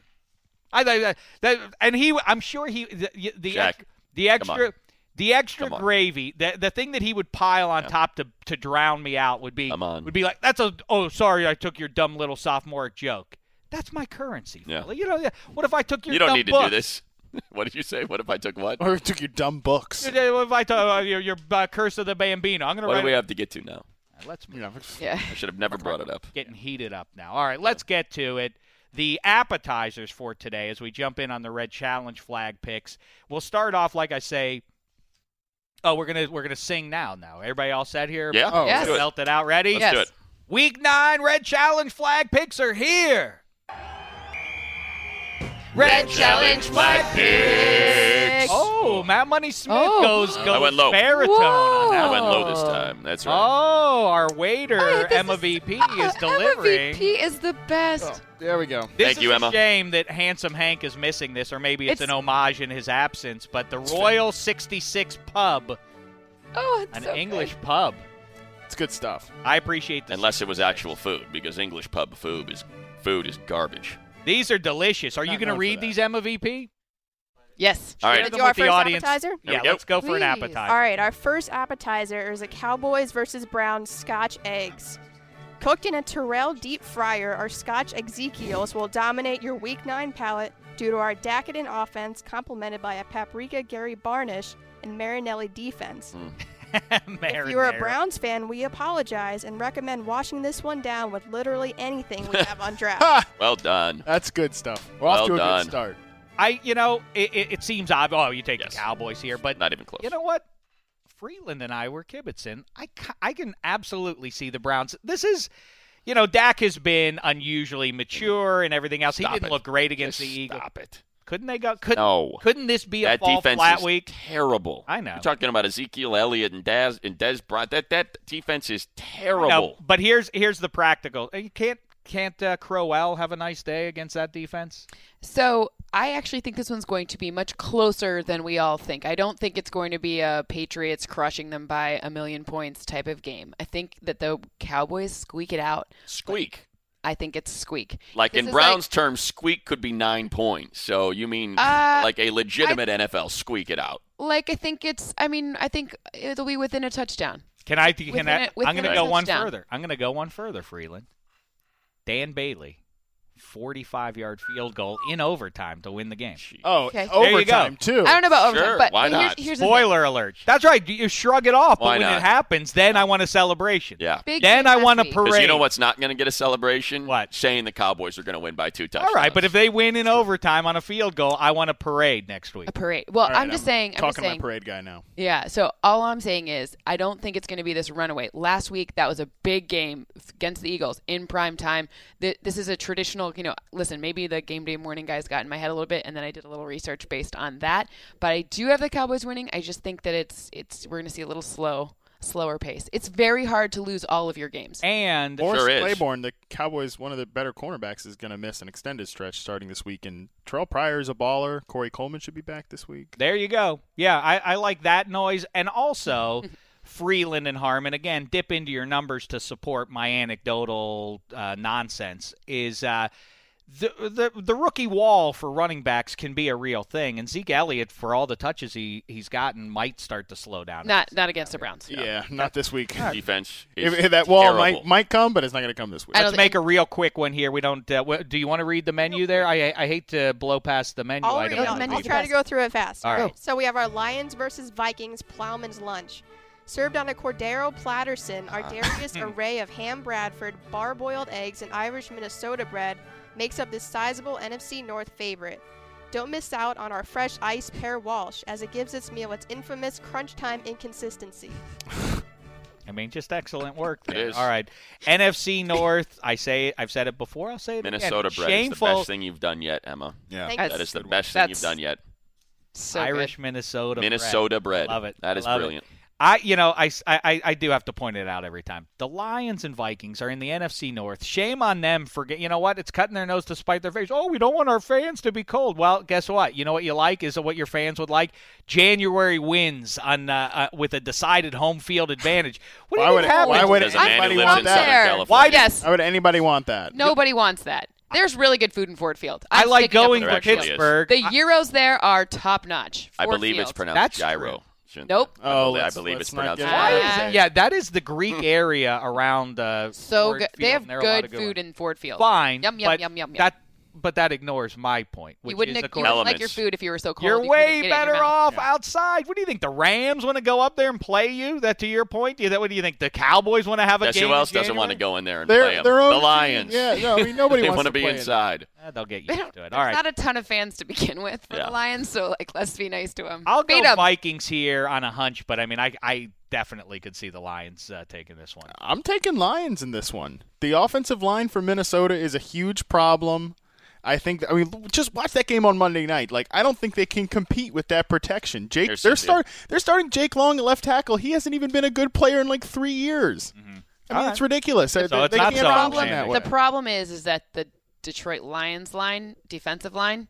S3: I thought that, that and he I'm sure he the the,
S4: Jack,
S3: ex- the
S4: come on.
S3: extra the extra
S4: Come on.
S3: gravy the the thing that he would pile on top to to drown me out would be
S4: Come on.
S3: would be like that's a oh sorry I took your dumb little sophomoric joke. That's my currency.
S4: Yeah.
S3: fella. You know what if I took your
S4: you don't
S3: dumb
S4: need to
S3: book?
S4: do this. [laughs] What did you say? What if I took what?
S2: or took your dumb books.
S3: Uh, [laughs] What if I took uh, your, your uh, curse of the bambino? I'm going to
S4: What
S3: write
S4: do we
S3: it-
S4: have to get to now?
S3: Let's move.
S2: [laughs] You know,
S5: Yeah.
S4: I should have never brought it up.
S3: getting heated up now. All right, let's get to it. The appetizers for today as we jump in on the red challenge flag picks. We'll start off like I say Oh, we're going to we're going to sing now now. Everybody all set here?
S4: Yeah.
S2: Oh,
S5: Yes.
S4: Let's do it.
S3: Belt it out ready?
S4: Let's
S5: Yes.
S4: do it.
S3: Week 9 red challenge flag picks are here. Red
S5: challenge flag picks.
S3: Oh, Matt Money Smith
S5: Oh.
S3: goes goes
S4: I went low.
S3: baritone on that
S4: I went
S3: one.
S4: low this time. That's right.
S3: Oh, our waiter
S5: Hey, this
S3: Emma
S5: is- [laughs]
S3: VP
S5: Ah,
S3: is delivering. Oh.
S5: MVP is the best.
S2: oh, there we go.
S3: This
S4: Thank
S3: is
S4: you,
S3: a
S4: Emma.
S3: shame that Handsome Hank is missing this, or maybe it's,
S5: It's-
S3: an homage in his absence. But the Royal 66 Pub,
S5: Oh, it's
S3: an
S5: so good.
S3: English pub.
S2: It's good stuff.
S3: I appreciate this.
S4: Unless it was actual food, because English pub food is food is garbage.
S3: These are delicious. Are you
S2: Not
S3: going
S2: known
S3: to
S2: for
S3: read
S2: that.
S3: these, Emma VP?
S5: Yes.
S4: All
S3: Share
S4: right.
S6: Wanna
S3: them
S6: do our
S3: with the
S6: first
S3: audience.
S6: appetizer?
S4: There
S3: Yeah,
S4: we go.
S3: let's go for an
S5: Please.
S3: appetizer. [laughs]
S6: All right, our first appetizer is a Cowboys versus Brown Scotch eggs. Cooked in a Terrell deep fryer, our Scotch Ezekiels will dominate your Week 9 palate due to our decadent offense, complemented by a paprika Gary Barnish and Marinelli defense. If you're a
S3: Marinara.
S6: Browns fan, we apologize and recommend washing this one down with literally anything we have on draft.
S3: [laughs]
S4: Well done.
S2: That's good stuff. We're
S4: Well
S2: off to a
S4: done.
S2: good start.
S3: I, you know, it, it, it seems obvious. Oh, you take
S4: Yes.
S3: the Cowboys here, but
S4: Not even close.
S3: You know what? Freeland and I were kibitzing. I, ca- I can absolutely see the Browns. This is, you know, Dak has been unusually mature and everything else.
S4: Stop
S3: he didn't
S4: it.
S3: look great against
S4: Just
S3: the Eagles.
S4: Stop it.
S3: Couldn't they go? Couldn't,
S4: No.
S3: couldn't this be a
S4: that
S3: fall
S4: defense
S3: flat
S4: is
S3: week?
S4: terrible.
S3: I know.
S4: You're talking about Ezekiel Elliott and Daz and Des Bryant. That that defense is terrible.
S3: No, but here's here's the practical. You can't can't uh, Crowell have a nice day against that defense?
S5: So I actually think this one's going to be much closer than we all think. I don't think it's going to be a Patriots crushing them by a million points type of game. I think that the Cowboys squeak it out.
S4: Squeak.
S5: I think it's squeak.
S4: Like
S5: This
S4: in
S5: is
S4: Brown's terms, squeak could be nine points. So you mean
S5: Uh,
S4: like a legitimate NFL squeak it out?
S5: Like, like I think it's. I mean, I think it'll be within a touchdown.
S3: Can I? Can
S5: Within
S3: I
S5: a- within
S3: I'm going to
S5: a
S3: go one
S5: touchdown.
S3: further. I'm going to go one further. Freeland, Dan Bailey, 45 yard field goal in overtime to win the game.
S2: Oh,
S5: Okay. There
S3: you go.
S2: overtime too.
S5: I don't know about
S4: Sure,
S5: overtime, but
S4: why
S5: but
S4: not?
S5: Here's, here's the thing.
S3: Spoiler alert. That's right. You shrug it off, but
S4: Why
S3: when
S4: not?
S3: it happens, then I want a celebration.
S4: Yeah.
S5: Big
S3: Then
S5: game
S3: I
S5: last
S3: want a
S5: week.
S4: Because
S3: parade.
S4: you know what's not going to get a celebration?
S3: What?
S4: Saying the Cowboys are going to win by two touchdowns.
S3: All right, but if they win in overtime on a field goal, I want a parade next week.
S5: A parade. Well,
S2: All right,
S5: I'm just saying. I'm
S2: Talking
S5: just saying.
S2: to my parade guy now.
S5: Yeah. So all I'm saying is, I don't think it's going to be this runaway. Last week, that was a big game against the Eagles in prime time. Th- This is a traditional, you know. Listen, maybe the game day morning guys got in my head a little bit, and then I did a little research based on that. But I do have the Cowboys winning. I just think that it's it's we're going to see a little slow, slower pace. It's very hard to lose all of your games.
S3: And
S2: Morris
S4: Sure is.
S2: Claiborne, the Cowboys, one of the better cornerbacks, is going to miss an extended stretch starting this week. And Terrell Pryor is a baller. Corey Coleman should be back this week.
S3: there you go. Yeah, I, I like that noise. And also,
S5: [laughs]
S3: Freeland and Harmon, again, dip into your numbers to support my anecdotal uh, nonsense, is. Uh, the, the the rookie wall for running backs can be a real thing, and Zeke Elliott, for all the touches he, he's gotten, might start to slow down.
S5: Not not against the Browns.
S2: Yeah, not this week. [laughs]
S4: defense is
S2: If, if that wall
S4: terrible.
S2: might might come, but it's not going to come this week.
S5: I
S3: Let's
S5: don't
S3: make a real quick one here. We don't. Uh, wh- do you want to read the menu there? I I hate to blow past the menu
S6: I'll,
S3: item.
S6: read it.
S3: on the
S6: I'll
S3: menu.
S6: try to go through it fast.
S3: All right. Go.
S6: So we have our Lions versus Vikings Plowman's Lunch. Served on a Cordero Platterson,
S3: Ah.
S6: our
S3: [laughs]
S6: Darius array of ham Bradford, barboiled eggs, and Irish Minnesota bread makes up this sizable NFC North favorite. Don't miss out on our fresh ice pear Walsh, as it gives this meal its infamous crunch time inconsistency.
S3: I mean, just excellent work.
S4: It
S3: there.
S4: is.
S3: All right, NFC North. I say I've said it before. I'll say it
S4: Minnesota
S3: again.
S4: bread
S3: Shameful.
S4: is the best thing you've done yet, Emma.
S2: yeah.
S6: Thank
S5: That's-
S4: That is the
S5: Good
S4: best thing
S5: one.
S4: you've
S5: That's
S4: done yet.
S5: So good.
S3: Irish Minnesota. bread.
S4: Minnesota bread.
S3: Love it.
S4: That is
S3: Love it.
S4: brilliant.
S3: I, you know, I, I, I do have to point it out every time. The Lions and Vikings are in the NFC North. Shame on them for, get- you know what? It's cutting their nose to spite their face. Oh, we don't want our fans to be cold. Well, guess what? You know what you like is what your fans would like. January wins on uh, uh, with a decided home field
S5: [sighs]
S3: advantage. What
S2: Why
S3: do you
S2: would
S3: think
S2: it-
S3: happened?
S2: why would it-
S4: Does a
S2: I'm-
S4: man who
S2: I'm
S4: lives in Southern
S5: there.
S4: California.
S3: Why
S5: yes.
S2: Why would anybody want that?
S5: Nobody wants that. There's really good food in Ford Field.
S3: I
S5: I'm
S3: like
S5: sticking up
S3: going
S5: for
S4: There
S3: to
S5: Ford Field.
S4: actually is.
S3: Pittsburgh.
S5: The euros there are top notch.
S4: I believe it's pronounced
S3: That's
S4: gyro.
S3: true.
S4: Shouldn't-
S5: Nope.
S4: I
S2: Oh,
S4: believe- I
S2: let's-
S4: believe
S2: let's
S4: it's
S2: not
S4: pronounced
S2: get
S5: Why
S4: gyro.
S5: is
S3: I-
S5: it?
S3: yeah, that is the Greek area around. Uh,
S5: Hmm. So
S3: Ford
S5: good. They
S3: Field,
S5: have
S3: and there are a lot
S5: good
S3: of good
S5: food
S3: ones.
S5: in Ford Field.
S3: Fine.
S5: Yum yum
S3: but
S5: yum yum yum.
S3: That, but that ignores my point. Which
S5: you wouldn't,
S3: is,
S5: you
S3: of course,
S5: wouldn't like your
S4: Elements.
S5: food if you were so cold.
S3: You're
S5: you couldn't
S3: way
S5: get it in your
S3: better
S5: mouth.
S3: off outside. What do you think? The Rams want to go up there and play you? That to your point? Do you, that, what do you think? The Cowboys want to have a
S4: Guess
S3: game?
S4: who else
S3: in
S4: doesn't want to
S3: January?
S4: go in there and
S2: They're-
S4: play 'em?
S2: their own
S4: The
S2: team.
S4: Lions.
S2: Yeah, no, I mean,
S4: [laughs]
S2: nobody
S4: they
S2: wants
S4: wanna
S2: to
S4: be
S2: play in-
S4: inside.
S3: Eh, they'll get
S5: They
S3: used to
S5: don't- [laughs] There's
S3: it. All right.
S5: not a ton of fans to begin with for
S4: Yeah.
S5: the Lions, so like let's be nice to them.
S3: I'll go
S5: Beat 'em.
S3: Vikings here on a hunch, but I mean, I I definitely could see the Lions uh, taking this one.
S2: I'm taking Lions in this one. The offensive line for Minnesota is a huge problem. I think. I mean, just watch that game on Monday night. Like, I don't think they can compete with that protection. Jake,
S4: There's
S2: they're
S4: some
S2: start. They're starting Jake Long at left tackle. He hasn't even been a good player in like three years. I mean,
S3: All
S2: it's ridiculous.
S3: Mm-hmm. So
S2: they,
S3: it's
S2: they
S3: not
S2: can't
S3: so
S2: run
S3: outstanding.
S2: that way.
S5: The problem is, is that the Detroit Lions line, defensive line,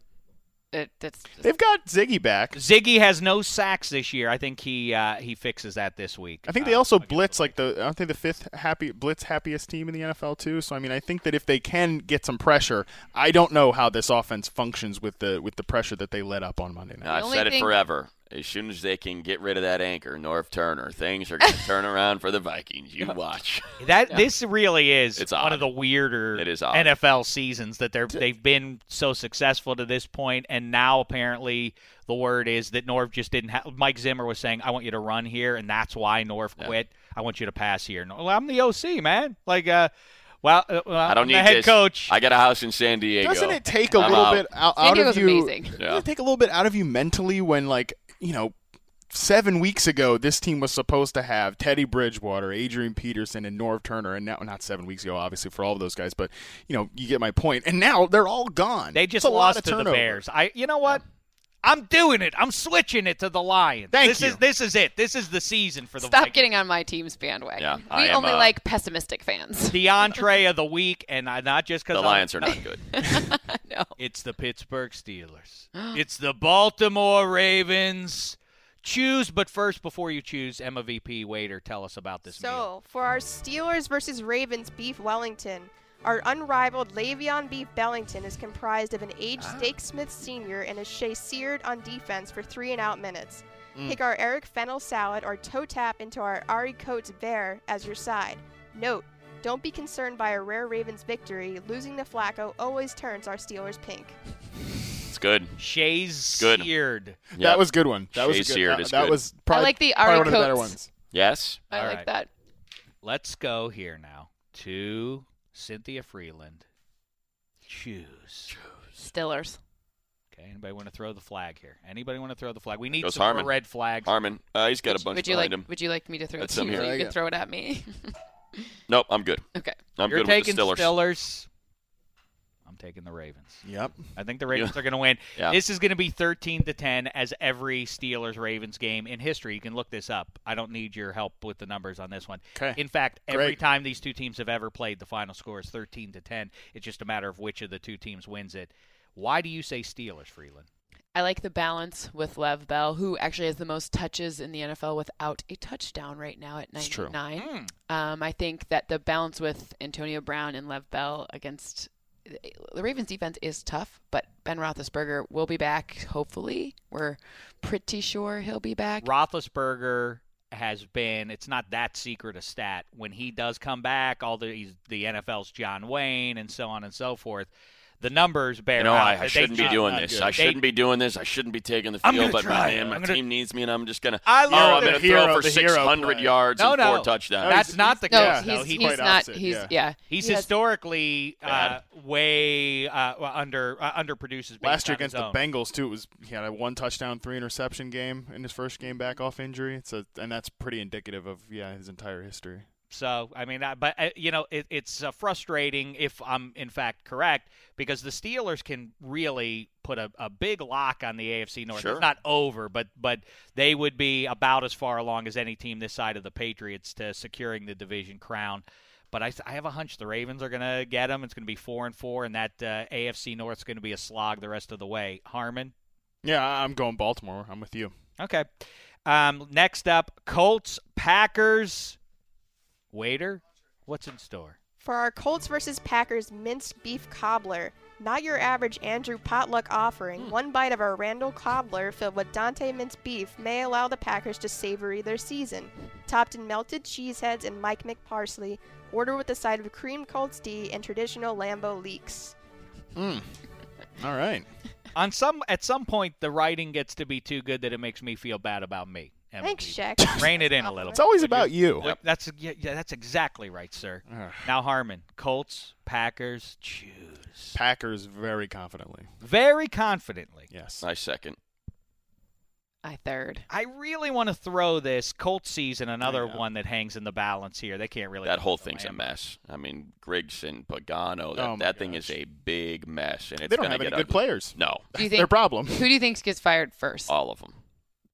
S5: it, that's
S2: They've got Ziggy back.
S3: Ziggy has no sacks this year. I think he uh, he fixes that this week.
S2: I think
S3: Uh,
S2: they also
S3: against the
S2: blitz like the aren't they the fifth happy blitz happiest team in the NFL too. So I mean I think that if they can get some pressure, I don't know how this offense functions with the with the pressure that they let up on Monday night.
S4: Now, I've
S5: only
S4: said it
S5: thing-
S4: forever. As soon as they can get rid of that anchor, North Turner, things are going to turn around for the Vikings. You watch.
S3: That this really is
S4: It's
S3: one
S4: odd.
S3: of the weirder
S4: It is odd.
S3: NFL seasons that they're they've been so successful to this point, and now apparently the word is that Norv just didn't have. Mike Zimmer was saying, "I want you to run here," and that's why Norv quit. I want you to pass here. Well, I'm the OC, man. Like, uh, well, uh, well,
S4: I don't
S3: I'm
S4: need
S3: the head
S4: this.
S3: coach.
S4: I got a house in San Diego.
S2: Doesn't it take a
S4: I'm
S2: little
S4: out.
S2: bit out,
S5: San
S2: out of
S5: Diego's
S2: you?
S5: amazing.
S2: Doesn't
S4: Yeah.
S2: it take a little bit out of you mentally when like you know. Seven weeks ago, this team was supposed to have Teddy Bridgewater, Adrian Peterson, and Norv Turner, and now not seven weeks ago, obviously for all of those guys, but you know you get my point. And now they're all gone.
S3: they
S2: It's
S3: just
S2: a lot
S3: lost
S2: of
S3: to the
S2: turnover.
S3: Bears. I, you know what? I'm doing it. I'm switching it to the Lions.
S2: Thank
S3: this
S2: you.
S3: is this is it. This is the season for the
S5: stop
S3: Vikings.
S5: getting on my team's bandwagon.
S4: Yeah,
S5: we
S4: I am,
S5: only
S4: uh,
S5: like pessimistic fans. [laughs]
S3: the entree of the week, and I, not just because
S4: The Lions are not good.
S5: no.
S3: It's the Pittsburgh
S5: [gasps]
S3: Steelers. it's the Baltimore Ravens. Choose, but first, before you choose, Emma VP Waiter, tell us about this meal.
S6: So, for our Steelers versus Ravens beef Wellington, our unrivaled Le'Veon Beef Bellington is comprised of an aged
S3: Ah.
S6: Steak Smith Sr. and a Shea Seared on defense for three and out minutes.
S3: Mm.
S6: Pick our Eric Fennel salad or toe tap into our Ari Coates Bear as your side. Note, don't be concerned by a rare Ravens victory. Losing to Flacco always turns our Steelers pink.
S4: It's good.
S3: Shay's
S4: Good.
S3: seared.
S4: Yep.
S2: That was a good one. That was
S4: Shea
S2: a good,
S4: Seared
S2: that,
S4: is
S2: that
S4: good.
S2: was probably,
S5: like the
S2: probably
S5: Ari
S2: one of the better
S5: Coates.
S2: ones.
S4: Yes.
S5: I
S3: All
S5: like
S3: right.
S5: that.
S3: Let's go here now to Cynthia Freeland. Choose.
S5: Stillers.
S3: Okay, anybody want to throw the flag here? Anybody want to throw the flag? We need
S4: Goes
S3: some more
S4: Harmon.
S3: red flags.
S4: Harmon, uh, he's got
S5: would,
S4: a bunch
S5: would you
S4: behind
S5: like?
S4: him.
S5: Would you like me to throw it
S4: That's
S5: to
S4: him
S5: you,
S4: here.
S5: or
S2: Yeah,
S5: you
S2: yeah.
S5: can throw it at me? [laughs]
S4: Nope, I'm good.
S5: okay.
S4: I'm
S3: You're
S4: good
S3: taking
S4: with the Steelers.
S3: Steelers. I'm taking the Ravens.
S2: Yep.
S3: I think the Ravens are going to win.
S4: Yeah.
S3: This is going to be 13 to 10 as every Steelers Ravens game in history. You can look this up. I don't need your help with the numbers on this one.
S2: Okay.
S3: In fact, every
S2: Great.
S3: time these two teams have ever played, the final score is 13 to 10. It's just a matter of which of the two teams wins it. Why do you say Steelers, Freeland?
S5: I like the balance with Lev Bell, who actually has the most touches in the NFL without a touchdown right now at
S2: It's true.
S5: 99.
S4: Hmm.
S5: Um, I think that the balance with Antonio Brown and Lev Bell against eh, the Ravens defense is tough, but Ben Roethlisberger will be back, hopefully. We're pretty sure he'll be back.
S3: Roethlisberger has been. It's not that secret a stat. When he does come back, all the he's the NFL's John Wayne and so on and so forth. The numbers bear
S4: You know,
S3: out.
S4: I,
S3: that
S4: I
S3: they
S4: shouldn't be
S3: just-
S4: doing
S2: not
S4: this.
S2: good.
S4: I
S3: They-
S4: shouldn't be doing this. I shouldn't be taking the
S3: I'm gonna
S4: field, but
S3: try
S4: man,
S3: it.
S4: my
S3: I'm gonna-
S4: team needs me, and I'm just gonna.
S3: I
S4: oh,
S3: love
S4: I'm gonna
S2: the hero-
S4: throw for
S2: the hero
S4: 600
S2: play.
S4: yards
S3: No,
S4: and
S3: no.
S4: four touchdowns.
S2: That-
S3: That's not the
S5: No,
S3: case.
S2: Yeah,
S5: he's,
S3: though.
S5: he's,
S3: He-
S2: quite
S5: not.
S2: opposite,
S5: he's,
S2: yeah.
S5: yeah.
S3: He's
S5: He has-
S3: historically uh,
S4: Bad.
S3: way uh, well, under uh, underproduces. based
S2: Last year
S3: on his
S2: against the
S3: own.
S2: Bengals too, it was he had a one touchdown, three interception game in his first game back off injury. So and that's pretty indicative of yeah his entire history.
S3: So I mean, I, but uh, you know, it, it's uh, frustrating if I'm in fact correct because the Steelers can really put a, a big lock on the AFC North.
S4: Sure.
S3: It's not over, but but they would be about as far along as any team this side of the Patriots to securing the division crown. But I, I have a hunch the Ravens are going to get them. It's going to be four and four, and that uh, AFC North's going to be a slog the rest of the way. Harmon.
S2: Yeah, I- I'm going Baltimore. I'm with you.
S3: Okay. Um, next up, Colts, Packers. Waiter, what's in store?
S6: For our Colts versus Packers minced beef cobbler, not your average Andrew potluck offering,
S3: Hmm.
S6: one bite of our Randall cobbler filled with Dante minced beef may allow the Packers to savory their season. Topped in melted cheese heads and Mike McParsley, order with a side of cream Colts D and traditional Lambo leeks.
S2: All right.
S3: On some, at some point, the writing gets to be too good that it makes me feel bad about me. Emma
S6: Thanks,
S3: Beebe.
S6: Shaq.
S3: Rein it in a little.
S2: It's always about you.
S3: Look, That's yeah, yeah, that's exactly right, sir.
S2: Ugh.
S3: Now Harmon, Colts, Packers, choose
S2: Packers very confidently.
S3: very confidently.
S2: Yes.
S4: I second.
S5: I third.
S3: I really want to throw this Colts season, another
S2: know.
S3: one that hangs in the balance here. They can't really
S4: That whole
S3: control
S4: thing's a
S3: Miami.
S4: mess. I mean, Grigson, Pagano, that,
S2: Oh, my
S4: that thing is
S2: gosh.
S4: a big mess, and it's
S2: they don't
S4: gonna
S2: have any
S4: get
S2: good
S4: ugly.
S2: players.
S4: No,
S5: Do you [laughs]
S2: Their
S5: think,
S2: problem.
S5: who do you think gets fired first?
S4: all of them.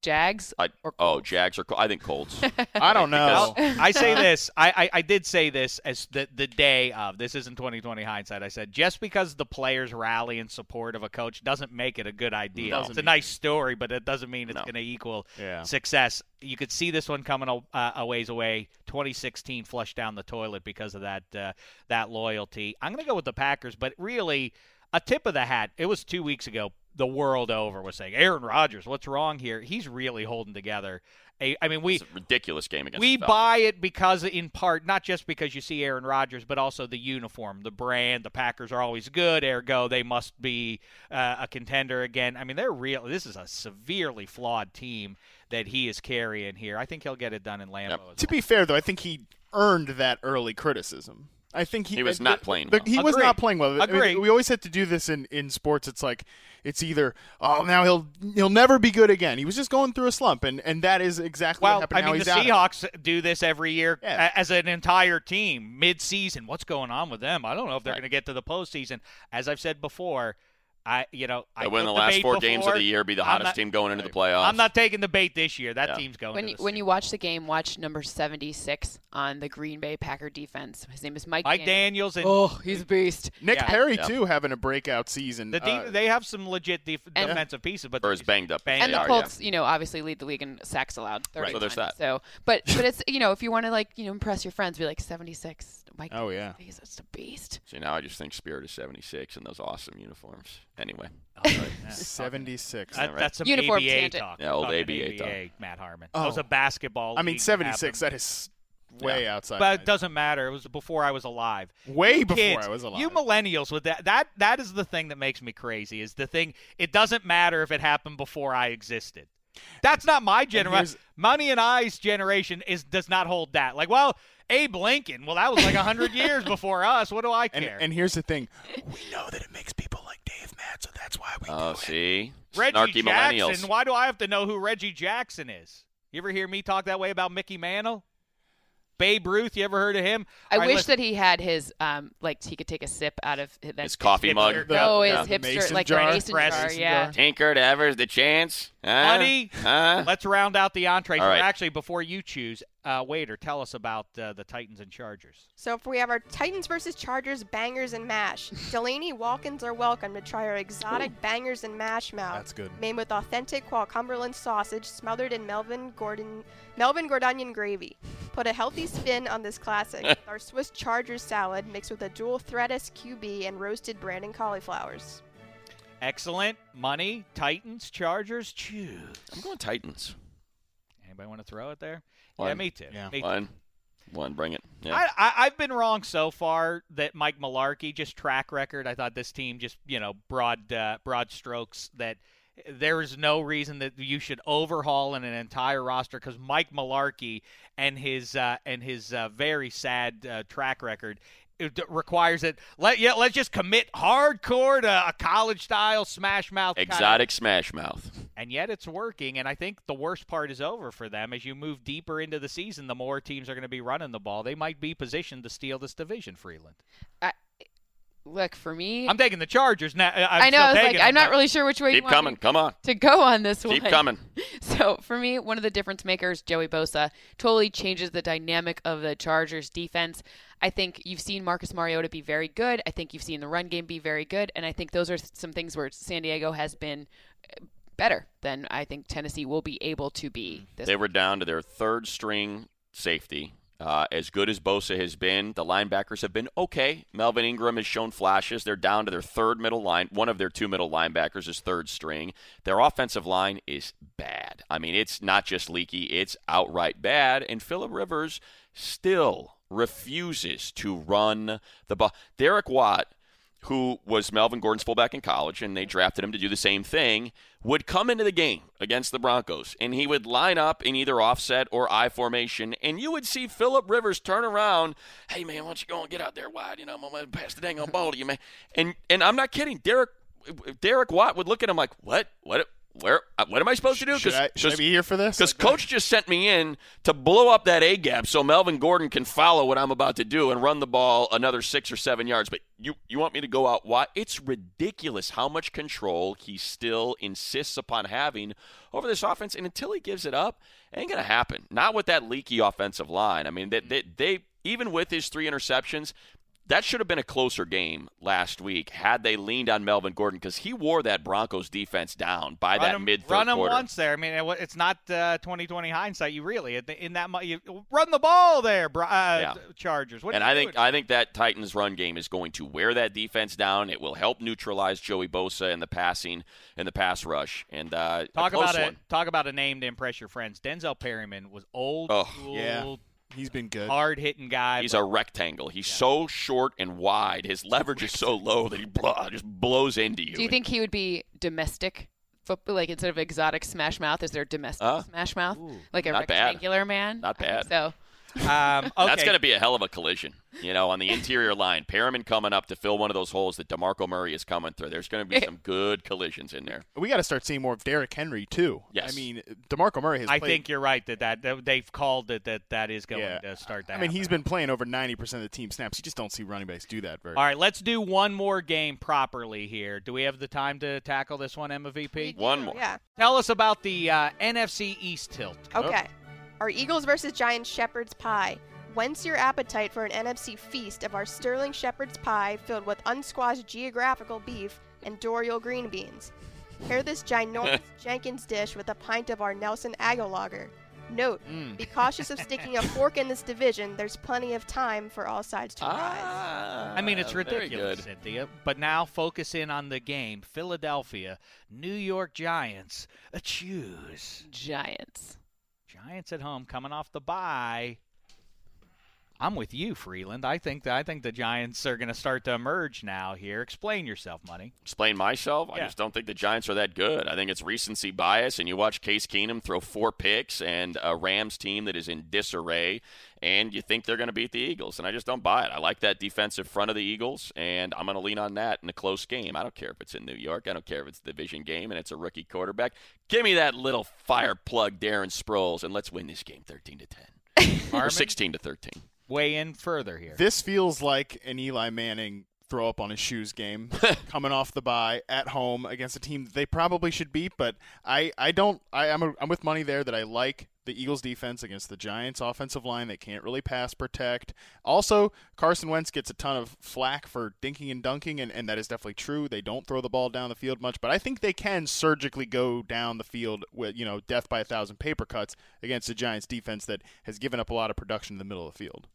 S5: Jags
S4: Uh, I,
S5: or
S4: oh,
S5: Colts?
S4: Jags or Col- I think
S3: [laughs]
S4: Colts.
S2: I don't know.
S4: [laughs] Because-
S3: I say this. I, I, I did say this as the the day of. This isn't 2020 hindsight. I said just because the players rally in support of a coach doesn't make it a good idea.
S4: No.
S3: It's a nice story, but it doesn't mean it's
S4: No.
S3: going to equal
S2: Yeah.
S3: success. You could see this one coming a, uh, a ways away. 2016 flushed down the toilet because of that uh, that loyalty. I'm going to go with the Packers, but really a tip of the hat. It was two weeks ago. The world over was saying Aaron Rodgers, what's wrong here? He's really holding together. A- I mean, we
S4: It's a ridiculous game against.
S3: we
S4: the Falcons.
S3: buy it because, in part, not just because you see Aaron Rodgers, but also the uniform, the brand. The Packers are always good, ergo they must be uh, a contender again. I mean, they're real. This is a severely flawed team that he is carrying here. I think he'll get it done in Lambeau.
S4: Yep.
S3: as
S2: To be fair, though, I think he earned that early criticism. I think he,
S4: He was
S2: the-
S4: not playing
S2: the-
S4: well.
S2: He was
S3: Agree.
S2: not playing well. I mean,
S3: Agree.
S2: we always have to do this in, in sports. It's like it's either oh now he'll he'll never be good again. He was just going through a slump, and, and that is exactly what
S3: Well,
S2: happened.
S3: I
S2: Now
S3: mean, the
S2: he's out of it.
S3: Seahawks do this every year
S2: Yeah.
S3: a- as an entire team mid-season. What's going on with them? I don't know if they're
S4: Right.
S3: going to get to the postseason. As I've said before, I you know I
S4: They win
S3: took
S4: the last
S3: bait
S4: four games of
S3: before.
S4: the year, be the
S3: I'm
S4: hottest
S3: not-
S4: team going into the playoffs.
S3: I'm not taking the bait this year. That
S4: Yeah.
S3: team's going.
S5: when
S3: to
S5: you,
S3: the
S5: when
S3: Super
S5: you watch the game, watch number 76 on the Green Bay Packer defense. His name is Mike.
S3: Bowl. Mike
S5: Dan-
S3: Daniels and
S5: Oh, he's a beast.
S2: Nick
S3: Yeah.
S2: Perry
S4: Yeah.
S2: too having a breakout season.
S3: the de-
S2: Uh, [laughs]
S3: they have some legit def-
S5: And-
S3: defensive pieces, but
S4: Or as banged up. as
S3: Banged
S5: And
S4: they
S5: the
S4: are, yeah.
S5: Colts, you know, obviously lead the league in sacks allowed. 30
S4: Right. So there's
S5: times.
S4: that.
S5: So, but but it's you know, if you want to like you know impress your friends, be like 76. Mike.
S2: Oh, yeah.
S5: he's just a beast.
S4: See, now I just think Spirit is 76 and those awesome uniforms. Anyway, [laughs]
S2: seventy six.
S3: That- that's some
S5: Uniform
S3: ABA
S5: tangent.
S3: talk.
S4: Yeah, old
S3: Talking
S4: ABA talk.
S3: Matt Harmon.
S2: Oh.
S3: That was a basketball.
S2: I mean,
S3: league that
S2: seventy six.
S3: happened.
S2: That is way outside.
S3: But
S2: my-
S3: it doesn't matter. It was before I was alive.
S2: Way
S3: You
S2: before
S3: kids,
S2: I was alive.
S3: You millennials with that that that is the thing that makes me crazy. Is the thing it doesn't matter if it happened before I existed. That's not my
S2: here's-
S3: generation. Money and I's generation is does not hold that. Like, well, Abe Lincoln. Well, that was like
S2: [laughs]
S3: hundred years before us. What do I
S2: and
S3: care?
S2: and here's the thing, we know that it makes people like Dave mad, so that's why we
S4: oh,
S2: do it.
S4: see,
S3: Reggie
S4: snarky
S3: Jackson.
S4: millennials.
S3: Why do I have to know who Reggie Jackson is? You ever hear me talk that way about Mickey Mantle? Babe Ruth, you ever heard of him?
S5: I
S3: All right,
S5: wish
S3: listen,
S5: that he had his um like he could take a sip out of that
S4: His coffee
S3: It's
S4: mug.
S3: weird.
S5: Oh,
S3: Yeah.
S5: his
S2: The
S5: hipster
S2: mason
S5: like
S2: jar?
S5: Mason jar,
S3: Mason
S5: yeah.
S4: Tinker to Evers, the chance. Huh?
S3: Honey,
S4: Huh?
S3: let's round out the entrees.
S4: Uh. All right.
S3: Actually, before you choose, uh, waiter, tell us about uh, the Titans and Chargers.
S6: So if we have our Titans versus Chargers bangers and
S2: [laughs]
S6: mash, Delaney Walkins are welcome to try our exotic bangers and mash mouth.
S2: That's good.
S6: Made with authentic Qual Cumberland sausage smothered in Melvin Gordon Melvin Gordonian gravy. Put a healthy spin on
S2: [laughs]
S6: this classic with our Swiss Chargers salad mixed with a dual threadis QB and roasted Brandon cauliflowers.
S3: Excellent. Money, Titans, Chargers, choose.
S4: I'm going Titans.
S3: Anybody want to throw it there? Yeah,
S4: One.
S3: me too.
S2: Yeah.
S3: Me too.
S4: One, one, bring it. Yeah.
S3: I, I, I've been wrong so far that Mike Malarkey just track record. I thought this team just you know broad uh, broad strokes that there is no reason that you should overhaul in an entire roster because Mike Malarkey and his uh, and his uh, very sad uh, track record. It d- requires it. Let yeah. Let's just commit hardcore to a college style smash mouth. kind of-
S4: Exotic smash mouth.
S3: and yet it's working. And I think the worst part is over for them. As you move deeper into the season, the more teams are going to be running the ball. They might be positioned to steal this division, Freeland.
S5: Look for me.
S3: I'm taking the Chargers now. I- I'm
S5: I know.
S3: still
S5: I was
S3: taking
S5: like,
S3: them,
S5: I'm not
S3: but-
S5: really sure which way you
S4: Keep
S5: want me
S4: coming. Come on.
S5: to go on this one.
S4: Keep coming.
S5: [laughs] So for me, one of the difference makers, Joey Bosa, totally changes the dynamic of the Chargers defense. I think you've seen Marcus Mariota be very good. I think you've seen the run game be very good, and I think those are some things where San Diego has been uh, better than I think Tennessee will be able to be. This
S4: Mm-hmm. They were down to their third string safety. Uh, as good as Bosa has been, the linebackers have been okay. Melvin Ingram has shown flashes. They're down to their third middle line. One of their two middle linebackers is third string. Their offensive line is bad. I mean, it's not just leaky, it's outright bad. And Phillip Rivers still refuses to run the ball. Derek Watt who was Melvin Gordon's fullback in college, and they drafted him to do the same thing, would come into the game against the Broncos, and he would line up in either offset or I formation, and you would see Philip Rivers turn around, hey man, why don't you go and get out there wide? You know, I'm gonna pass the dang on ball to you, man. And and I'm not kidding, Derek Derek Watt would look at him like, what, what, where, what am I supposed to do? 'Cause-
S2: Should I, should I
S4: 'cause-
S2: be here for this?
S4: because coach just sent me in to blow up that A gap so Melvin Gordon can follow what I'm about to do and run the ball another six or seven yards. But you you want me to go out wide? It's ridiculous how much control he still insists upon having over this offense, and until he gives it up, it ain't gonna happen. Not with that leaky offensive line. I mean, they they, they even with his three interceptions. That should have been a closer game last week had they leaned on Melvin Gordon because he wore that Broncos defense down by
S3: run
S4: that
S3: him,
S4: mid
S3: run
S4: third
S3: him
S4: quarter.
S3: once there. I mean, it, wa- it's not uh, 2020 hindsight. You really at the- in that mu- you run the ball there, Bro- uh,
S4: Yeah.
S3: Chargers. What
S4: and
S3: are you
S4: I think
S3: doing?
S4: I think that Titans run game is going to wear that defense down. It will help neutralize Joey Bosa and the passing and the pass rush. And uh,
S3: talk
S4: a close
S3: about
S4: one.
S3: a talk about a name to impress your friends. Denzel Perryman was old
S4: Oh.
S3: school,
S2: Yeah. He's been good.
S3: hard hitting guy.
S4: He's
S3: but
S4: a rectangle. He's so short and wide. His leverage is so low that he blah, just blows into you.
S5: Do you think he would be domestic? football- Like instead of exotic smash mouth, is there domestic
S4: Ah.
S5: smash mouth? like a
S4: Not bad.
S5: rectangular man?
S4: Not
S5: I
S4: bad.
S5: think So
S3: um, okay.
S4: [laughs] That's going to be a hell of a collision, you know, on the interior line. Perriman coming up to fill one of those holes that DeMarco Murray is coming through. There's going to be some good collisions in there.
S2: We got to start seeing more of Derrick Henry too.
S4: Yes.
S2: I mean, Demarco Murray has.
S3: I
S2: played-
S3: think you're right that, that that they've called it that that is going
S2: Yeah.
S3: to start that.
S2: I mean, he's been playing over ninety percent of the team snaps. You just don't see running backs do that very.
S3: All right, let's do one more game properly here. Do we have the time to tackle this one, MVP?
S6: We
S4: One
S6: do,
S4: more.
S6: Yeah.
S3: Tell us about the uh, NFC East tilt.
S6: Okay. Our Eagles versus Giants Shepherd's Pie. Whence your appetite for an NFC feast of our Sterling Shepherd's Pie filled with unsquashed geographical beef and Dorial green beans? Pair this ginormous Jenkins dish with a pint of our Nelson Aggo Lager. Note, be cautious of sticking a fork in this division. There's plenty of time for all sides to rise.
S4: Ah,
S3: Uh, I mean, it's
S2: Uh,
S4: very
S3: ridiculous,
S4: good.
S3: Cynthia. But now focus in on the game. Philadelphia, New York Giants. A choose.
S5: giants.
S3: Giants at home coming off the bye. I'm with you, Freeland. I think that I think the Giants are going to start to emerge now here. Explain yourself, money.
S4: explain myself. I
S3: Yeah.
S4: just don't think the Giants are that good. I think it's recency bias, and you watch Case Keenum throw four picks and a Rams team that is in disarray, and you think they're going to beat the Eagles, and I just don't buy it. I like that defensive front of the Eagles, and I'm going to lean on that in a close game. I don't care if it's in New York. I don't care if it's a division game and it's a rookie quarterback. Give me that little fire plug, Darren Sproles, and let's win this game 13 to 10 or
S3: Harmon,
S4: 16 to 13.
S3: weigh in further here.
S2: This feels like an Eli Manning throw up on his shoes game coming off the bye at home against a team that they probably should beat, but I, I don't I, I'm, a, I'm with money there that I like the Eagles defense against the Giants offensive line that can't really pass protect. Also, Carson Wentz gets a ton of flack for dinking and dunking and, and that is definitely true. They don't throw the ball down the field much, but I think they can surgically go down the field with, you know, death by a thousand paper cuts against the Giants defense that has given up a lot of production in the middle of the field.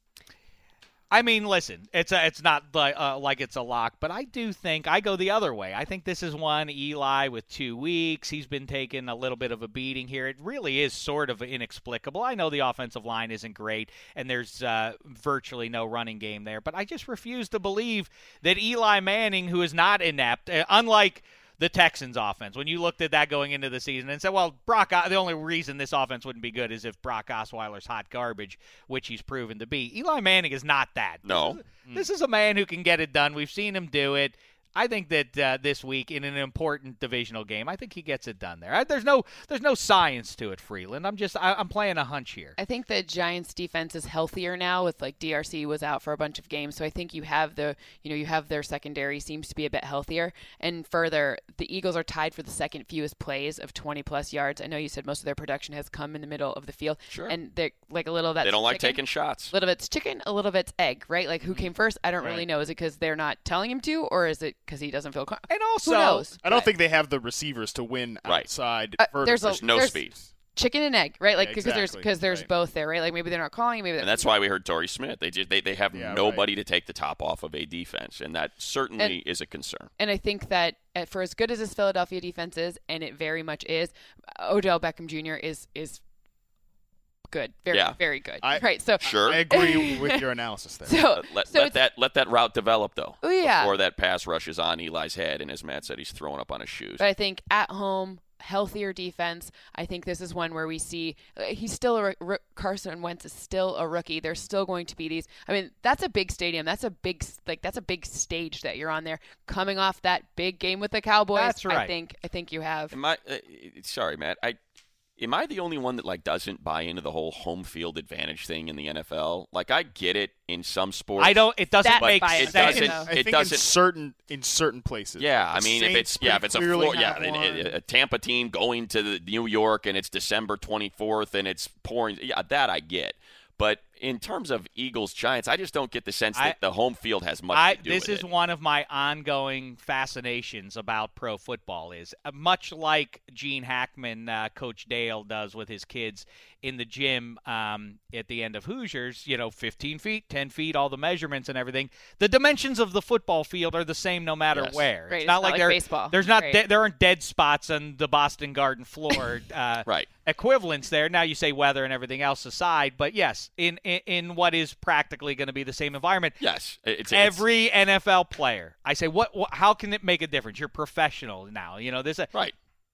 S3: I mean, listen, it's a, it's not like, uh, like it's a lock, but I do think I go the other way. I think this is one Eli with two weeks. He's been taking a little bit of a beating here. It really is sort of inexplicable. I know the offensive line isn't great, and there's uh, virtually no running game there, but I just refuse to believe that Eli Manning, who is not inept, uh, unlike the Texans offense. When you looked at that going into the season and said, well, Brock, O- the only reason this offense wouldn't be good is if Brock Osweiler's hot garbage, which he's proven to be. Eli Manning is not that. Mm.
S4: No.
S3: This is a man who can get it done. We've seen him do it. I think that uh, this week in an important divisional game, I think he gets it done there. I, there's no there's no science to it, Freeland. I'm just I, I'm playing a hunch here.
S5: I think the Giants defense is healthier now with like DRC was out for a bunch of games. So I think you have the you know, you have their secondary seems to be a bit healthier. And further, the Eagles are tied for the second fewest plays of twenty plus yards. I know you said most of their production has come in the middle of the field.
S4: Sure.
S5: And they like a little of that
S4: They don't like
S5: chicken.
S4: taking shots.
S5: A little bit's chicken, a little bit's egg, right? Like who came first? I don't really
S2: Right.
S5: know. Is it because they're not telling him to, or is it because he doesn't feel? Com-
S3: And also,
S5: who knows?
S2: I don't think they have the receivers to win
S4: Right.
S2: outside.
S5: Uh,
S2: vertically.
S5: there's a-
S4: There's no
S5: there's-
S4: speed.
S5: chicken and egg, right? Like
S2: Yeah,
S5: because there's
S2: exactly,
S5: because there's
S2: right.
S5: both there, right? Like maybe they're not calling, maybe they're
S4: And that's why we heard Torrey Smith. They just they, they have
S2: Yeah,
S4: nobody to take the top off of a defense, and that certainly is a
S5: [laughs]
S4: concern.
S5: And I think that uh, for as good as this Philadelphia defense is, and it very much is, Odell Beckham Jr. is is good, very
S4: Yeah.
S5: very good,
S2: I-
S5: right? So
S4: Sure.
S2: I
S5: [laughs]
S2: agree with your analysis there.
S5: so
S4: But let,
S5: Oh, so
S4: let
S5: it's,
S4: that let that route develop though.
S5: Oh, yeah.
S4: Before that pass rushes on Eli's head, and as Matt said, he's throwing up on his shoes.
S5: But I think at home, healthier defense. I think this is one where we see uh, he's still a roo- roo- Carson Wentz is still a rookie. There's still going to be these. I mean, that's a big stadium. That's a big s- like that's a big stage that you're on there. Coming off that big game with the Cowboys,
S3: That's
S5: I
S3: right.
S5: think I think you have.
S4: Am I? Uh, sorry, Matt. I am I the only one that like doesn't buy into the whole home field advantage thing in the NFL? Like I get it in some sports.
S3: I don't. It doesn't
S5: That
S3: make
S5: bias,
S3: sense.
S4: it doesn't.
S5: though. I
S4: It
S2: think in
S4: doesn't.
S2: certain in certain places.
S4: Yeah, I
S2: The
S4: mean, if
S2: Saints
S4: it's yeah, if
S2: pretty
S4: it's a
S2: clearly
S4: Florida, yeah,
S2: have
S4: and-
S2: one.
S4: and a Tampa team going to the New York and it's December 24th and it's pouring. Yeah, that I get. But in terms of Eagles Giants, I just don't get the sense
S3: I-
S4: that the home field has much
S3: I,
S4: to do
S3: this
S4: with
S3: is
S4: it.
S3: one of my ongoing fascinations about pro football is uh, much like Gene Hackman, uh, Coach Dale does with his kids in the gym um, at the end of Hoosiers. You know, 15 feet, 10 feet, all the measurements and everything. The dimensions of the football field are the same no matter
S4: Yes.
S3: where.
S5: Right,
S3: It's
S5: it's
S3: not
S5: not
S3: like,
S5: like
S3: there,
S5: baseball.
S3: There's not
S5: Right.
S3: de- there aren't dead spots on the Boston Garden
S4: [coughs]
S3: floor. Uh,
S4: Right.
S3: equivalents there. Now you say weather and everything else aside, but yes, in in, in what is practically going to be the same environment.
S4: Yes, it- it's it's-
S3: Every NFL player, I say, what, what? How can it make a difference? You're professional now. You know this.
S4: right.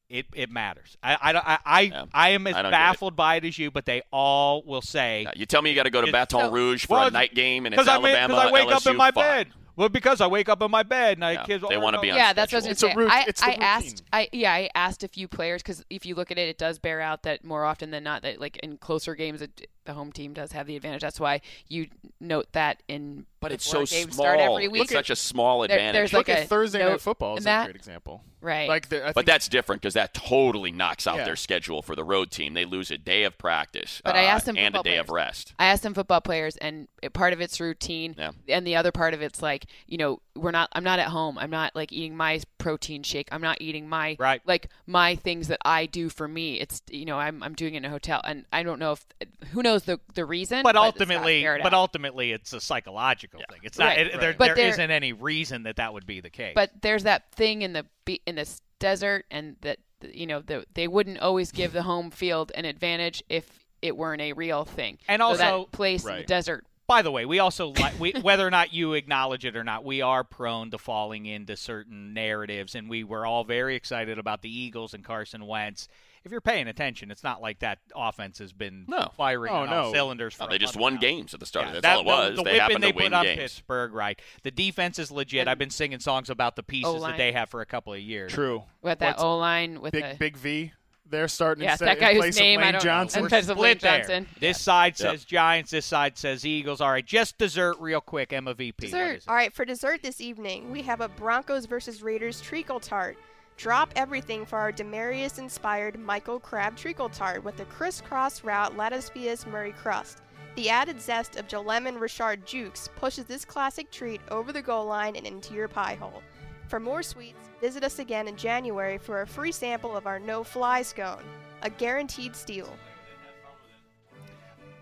S3: It it matters. I I don't- I I,
S4: Yeah.
S3: I am as
S4: I don't get it.
S3: baffled by it as you, but they all will say
S4: Yeah, you tell me you got to go to
S3: It's-
S4: Baton
S3: so-
S4: Rouge for
S3: Well,
S4: a night game and it's
S3: because I, ma- 'cause
S4: Alabama.
S3: I wake up
S4: LSU,
S3: in my
S4: fine.
S3: bed. Well, because I wake up in my bed and I
S4: Yeah,
S3: kids.
S4: they
S3: oh,
S4: wanna
S3: no.
S4: be on
S5: yeah, that's what I was
S2: schedule.
S5: going to say.
S2: It's a
S5: I,
S2: rout- it's the
S5: I
S2: routine.
S5: asked, I yeah, I asked a few players because if you look at it, it does bear out that more often than not, that like in closer games, it, the home team does have the advantage. That's why you note that in.
S4: But it's so
S5: before games
S4: small.
S5: start every week.
S4: It's such a small
S5: There-
S4: advantage.
S5: there's,
S2: Look
S5: like
S2: at
S5: a
S2: Thursday night
S5: note
S2: football is
S5: in that.
S2: a great example.
S5: right.
S2: Like the, I
S4: but
S2: think
S4: that's different because that totally knocks out
S2: Yeah.
S4: their schedule for the road team. They lose a day of practice
S5: But I
S4: uh,
S5: asked them
S4: and a
S5: football
S4: day of
S5: players.
S4: rest.
S5: I asked some football players, and it- part of it's routine,
S4: Yeah.
S5: and the other part of it's like, you know, we're not. I'm not at home. I'm not like eating my protein shake. I'm not eating my
S3: Right.
S5: like my things that I do for me. It's you know, I'm I'm doing it in a hotel, and I don't know if who knows the the reason.
S3: But
S5: it's not
S3: ultimately,
S5: fair to
S3: but
S5: have.
S3: ultimately, it's a psychological thing. It's not.
S5: Right.
S3: it- there-
S2: Right.
S5: But
S3: there
S5: there-
S3: isn't any reason that that would be the case.
S5: but there's that thing in the be- in this desert, and that you know the, they wouldn't always give the home field an advantage if it weren't a real thing.
S3: And
S5: So that
S3: also-
S5: place in the
S2: Right.
S5: desert
S3: By the way, we also li- we, whether or not you acknowledge it or not, we are prone to falling into certain narratives, and we were all very excited about the Eagles and Carson Wentz. If you're paying attention, it's not like that offense has been
S4: No.
S3: firing
S2: Oh,
S3: on all
S2: no.
S3: cylinders. For
S4: No,
S3: a
S4: they just
S3: month
S4: won
S3: now.
S4: games at the start
S3: Yeah,
S4: of it.
S3: that-
S4: That's all it was.
S3: The, the
S4: they
S3: whipping
S4: happened
S3: they
S4: to win
S3: put on
S4: games.
S3: Pittsburgh, right? The defense is legit. I've been singing songs about the pieces that
S5: O-line.
S3: they have for a couple of years.
S2: true.
S5: with that
S2: What's-
S5: O line with
S2: Big
S5: the
S2: Big V. They're starting
S5: Yes,
S2: instead,
S5: that guy
S2: in
S5: whose
S2: place
S5: name
S2: of
S5: I
S2: Lane
S5: don't know.
S2: Johnson.
S5: And Because of
S3: Split
S5: Lane
S3: there.
S5: Johnson.
S3: This side
S4: Yep.
S3: says Giants. This side says Eagles. All right, just dessert real quick. MVP. What
S5: Dessert.
S3: is it?
S6: All right, for dessert this evening, we have a Broncos versus Raiders treacle tart. Drop everything for our Demarius inspired Michael Crab treacle tart with a crisscross route lettuce vias Murray crust. The added zest of Lemon Richard Jukes pushes this classic treat over the goal line and into your pie hole. For more sweets, visit us again in January for a free sample of our no fly scone, a guaranteed steal.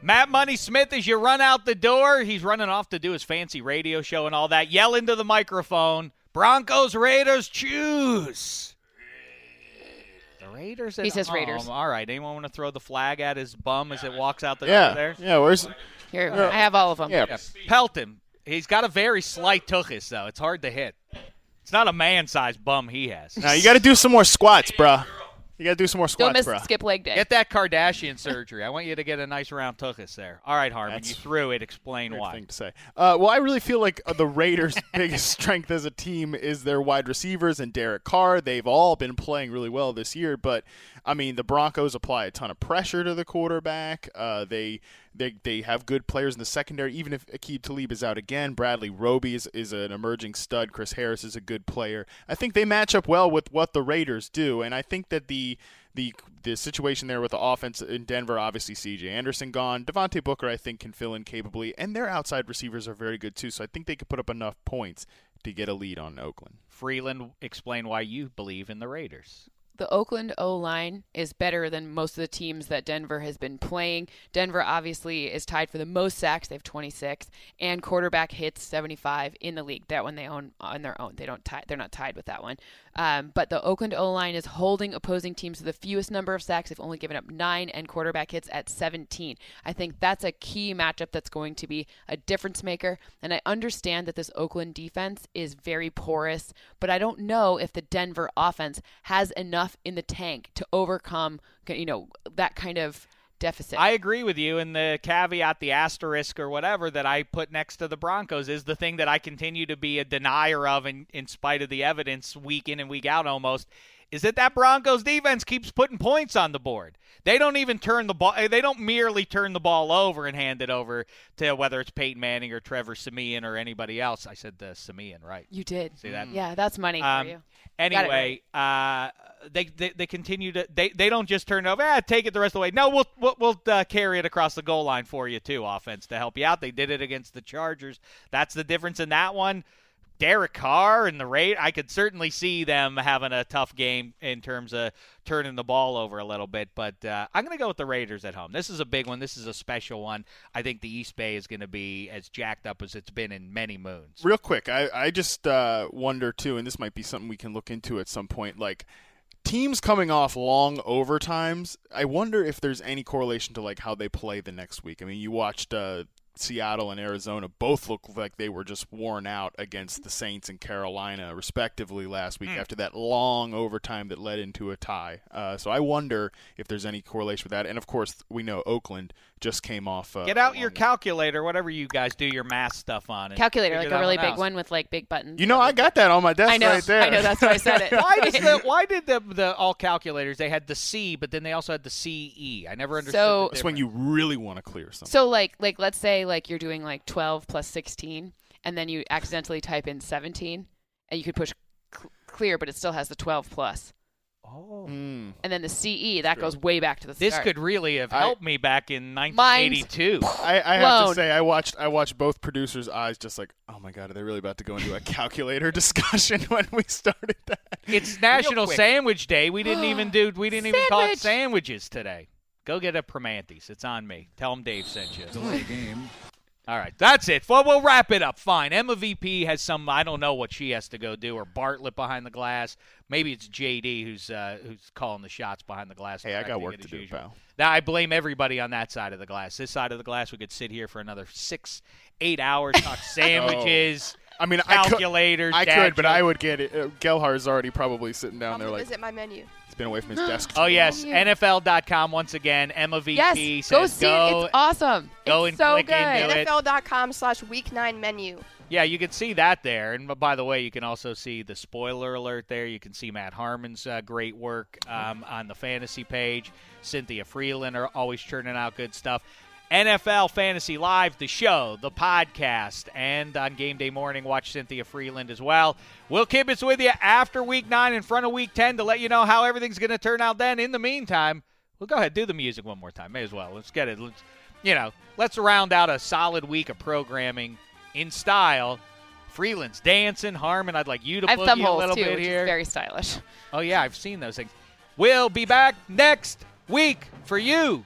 S3: Matt Money Smith, as you run out the door, he's running off to do his fancy radio show and all that. Yell into the microphone Broncos, Raiders, choose. The Raiders at
S5: He says
S3: home.
S5: Raiders.
S3: All right. Anyone want to throw the flag at his bum as it walks out the door
S2: Yeah,
S3: there?
S2: yeah. Where's
S5: here. I have all of them.
S2: yeah?
S3: Pelt him. He's got a very slight tuchus, though. It's hard to hit. It's not a man sized bum he has.
S2: Now you got to do some more squats, bruh. You got to do some more
S5: Don't
S2: squats,
S5: miss
S2: bruh.
S5: skip leg day.
S3: Get that Kardashian surgery. I want you to get a nice round tuchus there. All right, Harmon.
S2: That's
S3: you threw it. Explain
S2: Weird
S3: why.
S2: thing to say. Uh, well, I really feel like uh, the Raiders' [laughs] biggest strength as a team is their wide receivers and Derek Carr. They've all been playing really well this year, but I mean the Broncos apply a ton of pressure to the quarterback. Uh, they they they have good players in the secondary. Even if Akib Talib is out again, Bradley Roby is, is an emerging stud. Chris Harris is a good player. I think they match up well with what the Raiders do, and I think that the the the situation there with the offense in Denver, obviously CJ Anderson gone. Devontae Booker, I think, can fill in capably, and their outside receivers are very good too. So I think they could put up enough points to get a lead on Oakland.
S3: Freeland, explain why you believe in the Raiders.
S5: the Oakland O line is better than most of the teams that Denver has been playing. Denver obviously is tied for the most sacks; they have 26, and quarterback hits 75 in the league. That one they own on their own. They don't tie. They're not tied with that one. Um, but the Oakland O line is holding opposing teams to the fewest number of sacks. They've only given up nine, and quarterback hits at 17. I think that's a key matchup that's going to be a difference maker. And I understand that this Oakland defense is very porous, but I don't know if the Denver offense has enough in the tank to overcome, you know, that kind of deficit.
S3: I agree with you, and the caveat, the asterisk or whatever that I put next to the Broncos is the thing that I continue to be a denier of, in, in spite of the evidence, week in and week out almost, is that that Broncos defense keeps putting points on the board. They don't even turn the ball. They don't merely turn the ball over and hand it over to whether it's Peyton Manning or Trevor Simeon or anybody else. I said the Simeon, right?
S5: You did.
S3: See that?
S5: Yeah, that's money
S3: Um,
S5: for you.
S3: Anyway, uh, they, they they continue to they, they don't just turn it over. Ah, take it the rest of the way. No, we'll we'll, we'll uh, carry it across the goal line for you too, offense to help you out. They did it against the Chargers. That's the difference in that one. Derek Carr and the rate, I could certainly see them having a tough game in terms of turning the ball over a little bit. But uh, I'm going to go with the Raiders at home. This is a big one. This is a special one. I think the East Bay is going to be as jacked up as it's been in many moons.
S2: Real quick, I, I just uh, wonder too, and this might be something we can look into at some point. Like teams coming off long overtimes, I wonder if there's any correlation to like how they play the next week. I mean, you watched uh, Seattle and Arizona both look like they were just worn out against the Saints and Carolina, respectively, last
S5: Hmm.
S2: week after that long overtime that led into a tie. Uh, so I wonder if there's any correlation with that. And of course, we know Oakland just came off. Uh,
S3: Get
S2: a
S3: out
S2: long
S3: your
S2: week.
S3: calculator, whatever you guys do your math stuff on. and
S5: Calculator, like
S3: figure
S5: a
S3: that
S5: really big
S3: out.
S5: one with like big buttons.
S2: You know, I got that on my desk
S5: I know.
S2: right there.
S5: I know. That's why I said
S3: [laughs]
S5: it.
S3: Why does
S5: [laughs]
S3: the why did the the all calculators they had the C, but then they also had the C E? I never understood.
S5: So-
S3: the
S2: That's when
S3: difference.
S2: you really want to clear something.
S5: So like like let's say like you're doing like 12 plus 16 and then you accidentally type in 17 and you could push cl- clear but it still has the 12 plus.
S2: Mm.
S5: And then the CE that goes way back to the
S3: this
S5: start.
S3: could really have
S2: I-
S3: helped me back in 1982.
S2: I, I have to
S5: Loan.
S2: say, I watched I watched both producers' eyes just like, oh my god, are they really about to go into a [laughs] calculator discussion [laughs] when we started that? [laughs]
S3: It's National Sandwich Day. We didn't even do. We didn't even call it
S5: Sandwich.
S3: sandwiches today. Go get a Primantes. It's on me. Tell them Dave sent you. All right, that's it. Well, we'll wrap it up. Fine. Emma VP has some. I don't know what she has to go do, or Bartlett behind the glass. Maybe it's JD who's uh, who's calling the shots behind the glass.
S2: Hey, I got
S3: directing
S2: work
S3: it
S2: to
S3: as
S2: do,
S3: usual.
S2: pal.
S3: Now I blame everybody on that side of the glass. This side of the glass, we could sit here for another six, eight hours,
S2: [laughs]
S3: talk sandwiches,
S2: Oh. I mean,
S3: Calculators,
S2: I could, I
S3: dad
S2: could, but I
S3: jokes.
S2: would get it. Uh, Gelhar's already probably sitting down
S6: Come
S2: there like
S6: visit my menu.
S2: he's been away from his desk.
S3: Oh
S2: too
S3: yes,
S2: long.
S3: NFL.com once again. Emma VP
S5: Yes,
S3: says
S5: go see it. It's awesome.
S3: go
S5: it's
S3: and
S5: so
S3: click
S5: good.
S3: into it.
S6: NFL.com slash week nine menu.
S3: Yeah, you can see that there. And b- by the way, you can also see the spoiler alert there. You can see Matt Harmon's uh, great work um, on the fantasy page. Cynthia Freeland are always churning out good stuff. NFL Fantasy Live, the show, the podcast, and on game day morning, watch Cynthia Freeland as well. Will Kibitz with you after week nine, in front of week 10 to let you know how everything's going to turn out then. In the meantime, well, go ahead, do the music one more time. May as well. Let's get it. Let's, you know, let's round out a solid week of programming in style. Freeland's dancing, Harmon. I'd like you to
S5: I have
S3: boogie
S5: thumb
S3: a
S5: holes
S3: little
S5: too,
S3: bit
S5: which
S3: here.
S5: is very stylish.
S3: oh yeah, I've seen those things. We'll be back next week for you.